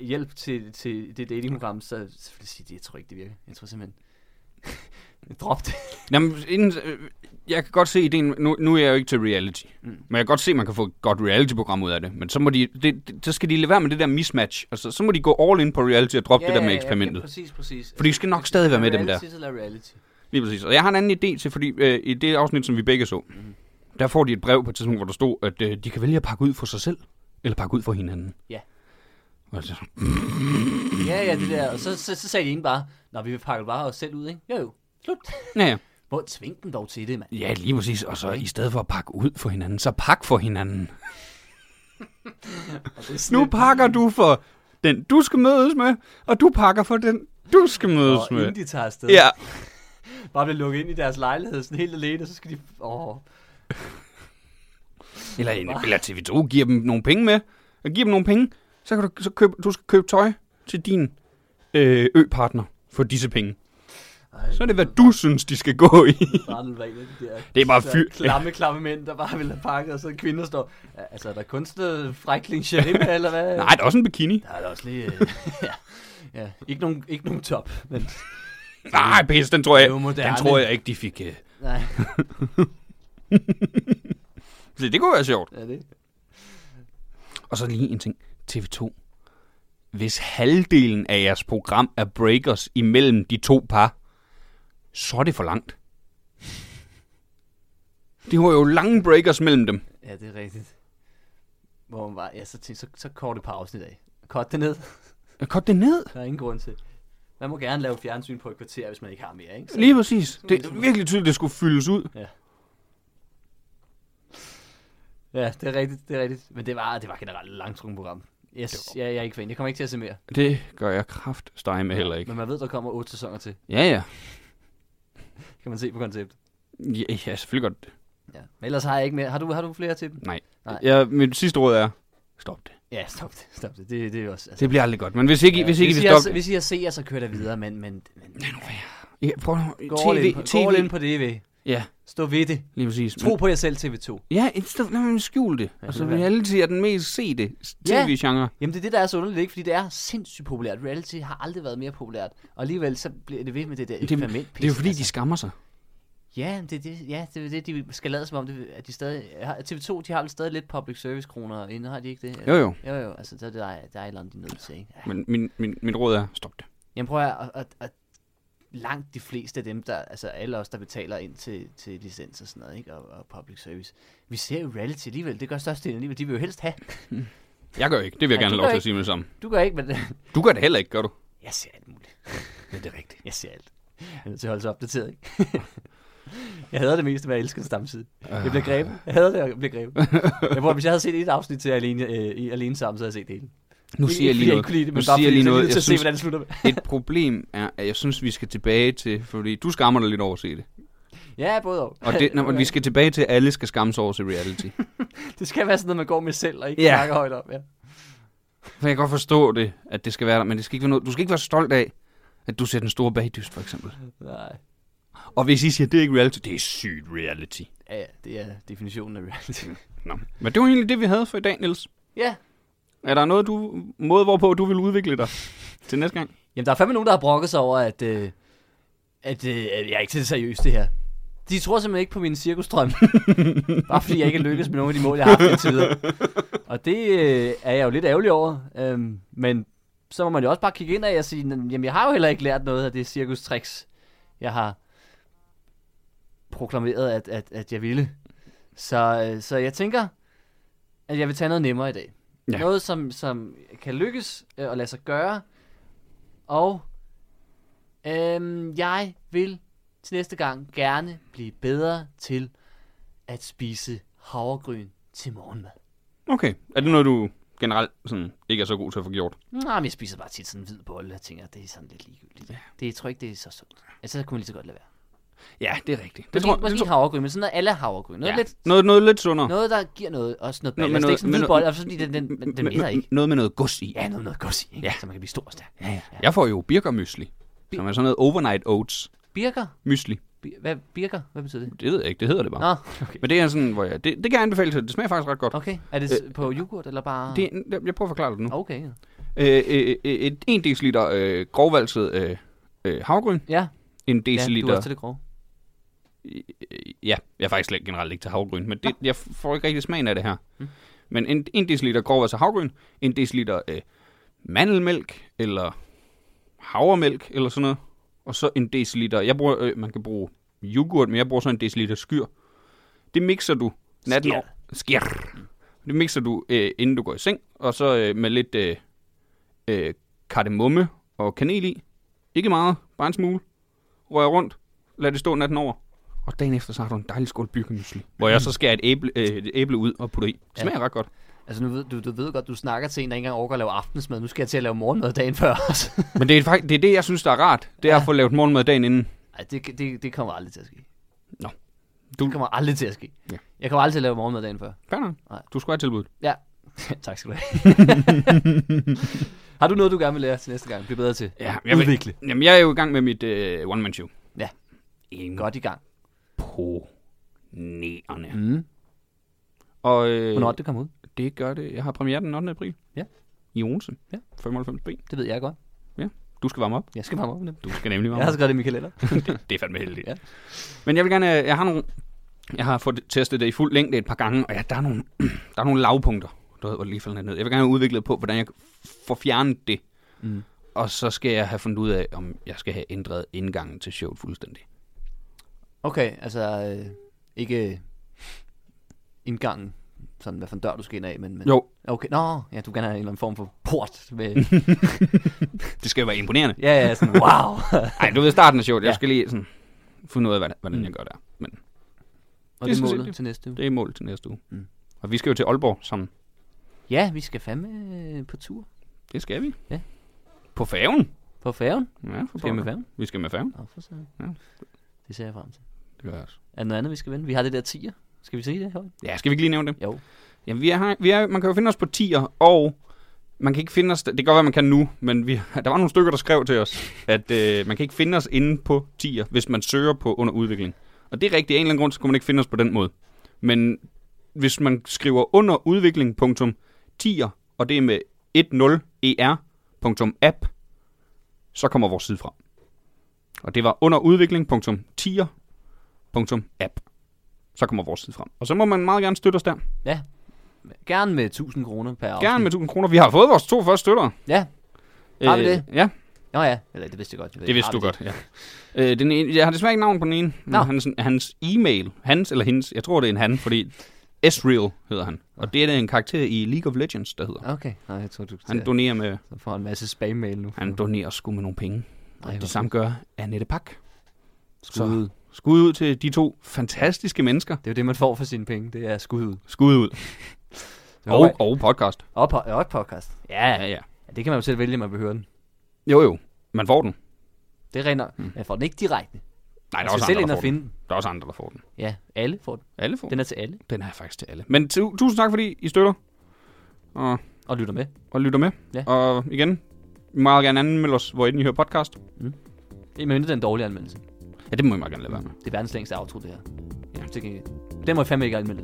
Speaker 3: hjælp til, til det datingprogram, så, så vil jeg sige, det, jeg tror ikke, det virker. Jeg tror simpelthen, <laughs> drop det.
Speaker 1: Jamen, inden, øh, jeg kan godt se ideen. Nu, nu er jeg jo ikke til reality. Mm. Men jeg kan godt se, at man kan få et godt reality-program ud af det. Men så, må de, det, det, så skal de lade være med det der mismatch. Altså, så må de gå all in på reality og droppe det der med eksperimentet.
Speaker 3: præcis, præcis.
Speaker 1: Fordi de skal nok stadig være med, dem der.
Speaker 3: Reality til reality.
Speaker 1: Lige præcis. Og jeg har en anden idé til, fordi øh, i det afsnit, som vi begge så, mm. der får de et brev på et tidspunkt, hvor der stod, at øh, de kan vælge at pakke ud for sig selv, eller pakke ud for hinanden.
Speaker 3: Ja.
Speaker 1: Og så-
Speaker 3: Ja, ja, det der. Og så, så, så sagde de ene bare, når vi vil pakke bare os selv ud, ikke? Jo, jo. Slut.
Speaker 1: Ja, ja.
Speaker 3: Hvor tving dem dog til det, mand.
Speaker 1: ja, lige præcis. Og så i stedet for at pakke ud for hinanden, så pak for hinanden.
Speaker 3: Og det er sådan
Speaker 1: Nu
Speaker 3: lidt-
Speaker 1: pakker du for den, du skal mødes med, og du pakker for den, du skal mødes
Speaker 3: Og
Speaker 1: med.
Speaker 3: inden de tager afsted.
Speaker 1: Ja,
Speaker 3: Bare bliver lukket ind i deres lejlighed, sådan helt alene, så skal de... Åh,
Speaker 1: eller, eller TV2 giver dem nogle penge med, og giver dem nogle penge, så kan du, så købe, du skal købe tøj til din øh, ø-partner for disse penge.
Speaker 3: Ej,
Speaker 1: Så er det, hvad du synes, de skal gå <laughs> i.
Speaker 3: brændet bag det der.
Speaker 1: Det er bare
Speaker 3: så
Speaker 1: fyr-
Speaker 3: Klamme, klamme mænd, der bare vil have pakket, og så en kvinde der står... "Ja, Altså, er der kunstet fræk lingerie
Speaker 1: <laughs>
Speaker 3: med, eller hvad?
Speaker 1: Nej, der er også en bikini.
Speaker 3: Der er da også lige... <laughs> øh, ja. ja. Ikke nogen, ikke nogen top, men...
Speaker 1: Nej, pis, den tror jeg,
Speaker 3: Det er jo moderne.
Speaker 1: den tror jeg ikke, de fik. øh.
Speaker 3: Nej,
Speaker 1: Så det kunne være sjovt.
Speaker 3: er det?
Speaker 1: Og så lige en ting. TV2. Hvis halvdelen af jeres program er breakers imellem de to par, så er det for langt. De har jo lange breakers mellem dem.
Speaker 3: Ja, det er rigtigt. Hvor man bare... Ja, så, tænkte, så, så kort et par afsnit af. Kort det ned.
Speaker 1: Øh, Kort det ned.
Speaker 3: Der er ingen grund til. Man må gerne lave fjernsyn på et kvarter, hvis man ikke har mere, ikke? Så,
Speaker 1: Lige præcis. Det er virkelig tydeligt, det skulle fyldes ud.
Speaker 3: ja, det er rigtigt, det er rigtigt. Men det var, det var generelt et langtrukken program. Yes, ja, jeg er ikke fan. Jeg kommer ikke til at se mere.
Speaker 1: Det gør jeg kraft med heller ikke.
Speaker 3: Men man ved, der kommer otte sæsoner til.
Speaker 1: Ja, ja.
Speaker 3: Kan man se på konceptet.
Speaker 1: Ja, ja selvfølgelig godt.
Speaker 3: Ja. Men ellers har jeg ikke mere. Har du, har du flere til dem?
Speaker 1: Nej.
Speaker 3: Nej.
Speaker 1: Ja, mit sidste råd er, stop det.
Speaker 3: Ja, stop det. Stop det. Det, det er jo også... Altså,
Speaker 1: Det bliver aldrig godt. Men hvis ikke,
Speaker 3: ja,
Speaker 1: hvis ikke
Speaker 3: hvis,
Speaker 1: vi
Speaker 3: I har,
Speaker 1: stopper...
Speaker 3: hvis I har set jer, så kører der videre, men... men, men
Speaker 1: Ja, prøv at
Speaker 3: gå all
Speaker 1: TV,
Speaker 3: in på, gå all in
Speaker 1: TV.
Speaker 3: på det, ved.
Speaker 1: Ja,
Speaker 3: Stå ved det.
Speaker 1: lige præcis.
Speaker 3: Tro på jer selv, TV2.
Speaker 1: Ja, et sted, lad mig skjule det. Ja, altså,
Speaker 3: det er
Speaker 1: reality er den mest sete
Speaker 3: Ja.
Speaker 1: tv-genre.
Speaker 3: Jamen det er det, der er så underligt, ikke? Fordi det er sindssygt populært. Reality har aldrig været mere populært. Og alligevel så bliver det ved med det der
Speaker 1: Det, det
Speaker 3: eksperimentpis.
Speaker 1: er jo fordi, de skammer sig.
Speaker 3: Ja, det er det, ja, det, er det de skal lade som om, det, at de stadig... har- TV2, de har vel stadig lidt public service kroner inde, har de ikke det?
Speaker 1: Jo, jo.
Speaker 3: Jo, jo, altså der, der, er, der er et eller andet, de er nødt til, ikke?
Speaker 1: Men min, min, min råd er, stop det.
Speaker 3: Jamen prøv at, at, at, at langt de fleste af dem, der, altså alle os, der betaler ind til, til licens og sådan noget, ikke? Og, og public service, vi ser jo reality alligevel, det gør størstedelen alligevel, de vil jo helst have.
Speaker 1: Jeg gør ikke. Det vil jeg
Speaker 3: Nej,
Speaker 1: gerne
Speaker 3: du
Speaker 1: have lov
Speaker 3: gør
Speaker 1: til
Speaker 3: ikke.
Speaker 1: at sige med det samme.
Speaker 3: Du gør ikke, men <laughs>
Speaker 1: Du gør det heller ikke, gør du?
Speaker 3: jeg ser alt muligt.
Speaker 1: Ja, det er rigtigt.
Speaker 3: Jeg ser alt. Jeg er nødt til at holde sig opdateret, ikke? <laughs> jeg hader det meste med at elske en stamside. Jeg bliver grebet. Jeg hader det, at jeg bliver grebet. Jeg tror, hvis jeg havde set et afsnit til alene, øh, i alene sammen, så havde jeg set det hele.
Speaker 1: Nu
Speaker 3: Ikke-
Speaker 1: siger jeg lige
Speaker 3: ikke fordi
Speaker 1: noget.
Speaker 3: ikke kunne lide det,
Speaker 1: nu
Speaker 3: men bare
Speaker 1: siger jeg
Speaker 3: fordi
Speaker 1: lige
Speaker 3: Jeg er
Speaker 1: noget.
Speaker 3: nødt til
Speaker 1: Jeg
Speaker 3: at se,
Speaker 1: synes,
Speaker 3: hvordan det slutter.
Speaker 1: et problem er, at jeg synes, vi skal tilbage til, fordi du skammer dig lidt over at se det.
Speaker 3: Ja, både og. <laughs>
Speaker 1: Og det, når, vi skal tilbage til, at alle skal skamme sig over til reality.
Speaker 3: det skal være sådan noget, man går med selv og ikke
Speaker 1: Ja.
Speaker 3: yeah. snakker højt om. Ja.
Speaker 1: For jeg kan godt forstå det, at det skal være der, men det skal ikke være noget, du skal ikke være stolt af, at du ser den store bagdyst, for eksempel.
Speaker 3: Nej.
Speaker 1: Og hvis I siger, at det er ikke reality, det er sygt reality.
Speaker 3: Ja, ja, det er definitionen af reality.
Speaker 1: Nå. Men det var egentlig det, vi havde for i dag, Niels.
Speaker 3: ja.
Speaker 1: Er der noget du, måde, hvorpå du vil udvikle dig til næste gang?
Speaker 3: Jamen, der er fandme nogen, der har brokket sig over, at, øh, at øh, at jeg er ikke til seriøst det her. De tror simpelthen ikke på min cirkustrøm. Bare fordi jeg ikke er lykkedes med nogle af de mål, jeg har haft indtil videre. Og det øh, er jeg jo lidt ærgerlig over. Øhm, men så må man jo også bare kigge ind og sige, "Nå, jamen jeg har jo heller ikke lært noget af det cirkustricks, jeg har proklameret, at, at, at jeg ville. Så, øh, så jeg tænker, at jeg vil tage noget nemmere i dag.
Speaker 1: Ja.
Speaker 3: Ja. Noget, som, som kan lykkes øh, og lade sig gøre. Og øhm, jeg vil til næste gang gerne blive bedre til at spise havregryn til morgenmad.
Speaker 1: Okay. Er det noget, du generelt sådan, ikke er så god til at få gjort?
Speaker 3: Nej, men jeg spiser bare tit sådan en hvid bolle og tænker, at det er sådan lidt ligegyldigt. Ja. Det jeg tror ikke, det er så sundt. Altså, så kunne man lige så godt lade være.
Speaker 1: Ja, det er rigtigt. Det
Speaker 3: Det måske, tror,
Speaker 1: tror,
Speaker 3: måske
Speaker 1: det
Speaker 3: ikke
Speaker 1: tror,
Speaker 3: havregryn, men sådan noget alle havregryn. Noget, ja. lidt,
Speaker 1: noget, noget lidt sundere.
Speaker 3: noget, der giver noget, også noget
Speaker 1: Noget
Speaker 3: ballast.
Speaker 1: med
Speaker 3: Det er
Speaker 1: noget-
Speaker 3: ikke sådan en
Speaker 1: med
Speaker 3: hvid
Speaker 1: noget-
Speaker 3: bolle, også fordi den, den, den, den midter ikke.
Speaker 1: noget med noget gods i.
Speaker 3: Ja, noget, noget godt ikke?
Speaker 1: Ja.
Speaker 3: Så man kan blive stor og stærk. Ja, ja.
Speaker 1: Jeg får jo birkermysli, som er sådan noget overnight oats.
Speaker 3: Birker?
Speaker 1: Mysli.
Speaker 3: Bir- Hvad, birker? Hvad betyder det?
Speaker 1: Det ved jeg ikke, det hedder det bare.
Speaker 3: Nå, okay.
Speaker 1: Men det er sådan, hvor jeg... Det, det kan jeg anbefale til. Det smager faktisk ret godt.
Speaker 3: Okay, er det s- på yoghurt eller bare...
Speaker 1: Det, jeg- jeg prøver at forklare det nu.
Speaker 3: Okay, ja.
Speaker 1: Øh, øh, øh, et 1 deciliter øh, grovvalset øh, øh, havgryn.
Speaker 3: ja.
Speaker 1: En
Speaker 3: Ja, du
Speaker 1: deciliter...
Speaker 3: er også til det grove.
Speaker 1: Øh, ja, jeg er faktisk slet- generelt ikke til havgryn, men det, jeg får ikke rigtig smagen af det her. Men en, en deciliter grov altså havgryn, en deciliter øh, mandelmælk, eller havremælk, eller sådan noget. Og så en deciliter, jeg bruger, øh, man kan bruge yoghurt, men jeg bruger så en deciliter skyr. Det mixer du natten
Speaker 3: Skyr.
Speaker 1: over. Skir. Det mixer du, øh, inden du går i seng, og så øh, med lidt øh, øh, kardemomme og kanel i. Ikke meget, bare en smule. Rør rundt, lad det stå natten over. Og dagen efter, så har du en dejlig skål byggemysli, hvor jeg så skærer et æble, øh, et æble ud og putter i. Det smager ret godt.
Speaker 3: Altså, nu ved, du, du ved godt, du snakker til en, der ikke engang overgår at lave aftensmad. Nu skal jeg til at lave morgenmad <laughs> dagen før også.
Speaker 1: Men det er, faktisk, det er det, jeg synes, der er rart. Det er ja. at få lavet morgenmad dagen inden.
Speaker 3: Ej, det, det, det kommer aldrig til at ske.
Speaker 1: Nå.
Speaker 3: Du... Det kommer aldrig til at ske.
Speaker 1: Ja.
Speaker 3: Ja. Jeg kommer aldrig til at lave morgenmad dagen før.
Speaker 1: Fair nok.
Speaker 3: Nej.
Speaker 1: Du skulle have tilbuddet.
Speaker 3: Ja. <laughs> tak skal du
Speaker 1: <laughs>
Speaker 3: have. Har du noget, du gerne vil lære til næste gang? Bliv bedre til.
Speaker 1: jeg vil-
Speaker 3: Udvikle.
Speaker 1: Jamen, jeg er jo i gang med mit øh, one-man-show.
Speaker 3: Ja.
Speaker 1: En
Speaker 3: Godt i gang.
Speaker 1: på nærerne.
Speaker 3: Mm.
Speaker 1: Og øh,
Speaker 3: Hvornår er det, det kommer ud?
Speaker 1: det gør det. Jeg har premiere den 8. april.
Speaker 3: Ja.
Speaker 1: I Odense.
Speaker 3: Ja.
Speaker 1: 95B.
Speaker 3: Det ved jeg godt.
Speaker 1: Du skal varme op.
Speaker 3: Jeg skal bare op med dem.
Speaker 1: Du skal nemlig varme
Speaker 3: Jeg
Speaker 1: op.
Speaker 3: har så godt det i min kalender.
Speaker 1: <laughs> det er fandme heldigt.
Speaker 3: Ja.
Speaker 1: Ja. Men jeg vil gerne, øh, jeg har nogle, jeg har fået testet det i fuld længde et par gange, og ja, der er nogle, <clears throat> der er nogle lavpunkter, du ved, hvor det lige falder ned. Jeg vil gerne have udviklet på, hvordan jeg får fjernet det.
Speaker 3: Mm.
Speaker 1: Og så skal jeg have fundet ud af, om jeg skal have ændret indgangen til showet fuldstændig.
Speaker 3: Okay, altså øh, ikke øh, indgangen, sådan hvad for en dør du skal ind af, men...
Speaker 1: <laughs>
Speaker 3: men
Speaker 1: Jo,
Speaker 3: Okay, nå, ja, du kan have en eller anden form for port. Med,
Speaker 1: det skal jo være imponerende.
Speaker 3: ja, ja, sådan,
Speaker 1: <laughs>
Speaker 3: wow.
Speaker 1: Nej, du ved starten af showet, ja. Mm.
Speaker 3: Ja.
Speaker 1: jeg skal lige sådan finde ud af, hvordan- hvordan jeg gør der. Men
Speaker 3: Og
Speaker 1: Det er
Speaker 3: det er
Speaker 1: sådan set
Speaker 3: målet
Speaker 1: det.
Speaker 3: til næste uge.
Speaker 1: det er målet til næste uge.
Speaker 3: Mm.
Speaker 1: Og vi skal jo til Aalborg sammen.
Speaker 3: Ja, vi skal fandme øh, på tur.
Speaker 1: Det skal vi.
Speaker 3: Ja.
Speaker 1: På færgen.
Speaker 3: På færgen.
Speaker 1: Ja, for
Speaker 3: Skal vi med
Speaker 1: pokker.
Speaker 3: færgen?
Speaker 1: Vi skal med færgen.
Speaker 3: Nå, for så.
Speaker 1: Ja.
Speaker 3: Ja. Det ser jeg frem til.
Speaker 1: Det gør jeg også.
Speaker 3: Er der noget andet, vi skal vende? Vi har det der 10'er. Skal vi se det her?
Speaker 1: Ja, skal vi ikke lige nævne det?
Speaker 3: Jo.
Speaker 1: Jamen, vi er, vi er, man kan jo finde os på tier, og man kan ikke finde os, det kan godt være, man kan nu, men vi, <laughs> der var nogle stykker, der skrev til os, at øh, man kan ikke finde os inde på tier, hvis man søger på under udvikling. Og det er rigtigt, af en eller anden grund, så kunne man ikke finde os på den måde. Men hvis man skriver under udvikling, punktum, tier, og det er med 10er, punktum, app, så kommer vores side frem. Og det var under udvikling, punktum, tier, App. Så kommer vores side frem. Og så må man meget gerne støtte os der.
Speaker 3: Ja. Gerne med 1000 kroner per afsnit.
Speaker 1: Gerne med 1000 kroner. Vi har fået vores to første støttere.
Speaker 3: Ja. Har vi
Speaker 1: Øh,
Speaker 3: det?
Speaker 1: Ja,
Speaker 3: Nå ja, eller det vidste jeg godt.
Speaker 1: det vidste
Speaker 3: Har
Speaker 1: du
Speaker 3: vi det?
Speaker 1: godt, ja. Øh, den ene, jeg har desværre ikke navn på den ene.
Speaker 3: Nå.
Speaker 1: No. Hans, hans e-mail, hans eller hendes, jeg tror det er en han, fordi Esreal hedder han. Og det er da en karakter i League of Legends, der hedder.
Speaker 3: Okay, nej, jeg tror du
Speaker 1: Han donerer med,
Speaker 3: så får han en masse spam-mail nu.
Speaker 1: han donerer sgu med nogle penge.
Speaker 3: Ej,
Speaker 1: Og
Speaker 3: hvor
Speaker 1: det samme gør Annette Pak.
Speaker 3: Skud
Speaker 1: Så
Speaker 3: ud.
Speaker 1: skud ud til de to fantastiske mennesker.
Speaker 3: Det er jo det, man får for sine penge. Det er skud ud.
Speaker 1: Skud ud.
Speaker 3: Oh.
Speaker 1: Og, og podcast.
Speaker 3: Og, po- og et podcast. Ja,
Speaker 1: Ja, ja.
Speaker 3: ja, det kan man jo selv vælge, om man vil høre den.
Speaker 1: Jo, jo. Man får den.
Speaker 3: Det er rent nok. Man får den ikke direkte.
Speaker 1: Nej,
Speaker 3: Man
Speaker 1: der Mm. er, også
Speaker 3: skal Altså, selv
Speaker 1: andre,
Speaker 3: ind
Speaker 1: der,
Speaker 3: og
Speaker 1: får den.
Speaker 3: finde den.
Speaker 1: der er også andre, der får den.
Speaker 3: Ja, alle får den.
Speaker 1: Alle får den.
Speaker 3: Den er til alle.
Speaker 1: Den er faktisk til alle. Men tu- tusind tak, fordi I støtter. Og
Speaker 3: Og lytter med.
Speaker 1: og lytter med.
Speaker 3: Ja.
Speaker 1: Og igen, I må meget gerne anmelde os, hvor I hører podcast.
Speaker 3: I mindre den dårlige anmeldelse.
Speaker 1: Ja, det må I meget gerne lade være med.
Speaker 3: Det er verdens længste outro, det her. Ja. Det kan... Den må jeg fandme ikke anmelde.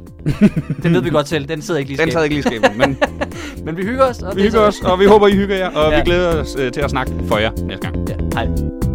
Speaker 3: den ved vi godt selv. Den sidder ikke lige i
Speaker 1: Den sad
Speaker 3: skabet.
Speaker 1: ikke lige i skabet, men
Speaker 3: Men vi hygger os. Og
Speaker 1: vi
Speaker 3: det er
Speaker 1: hygger
Speaker 3: så-
Speaker 1: os, og vi håber, I hygger jer, og ja.
Speaker 3: Ja.
Speaker 1: vi glæder os øh, til at snakke for jer næste gang.
Speaker 3: Ja, hej.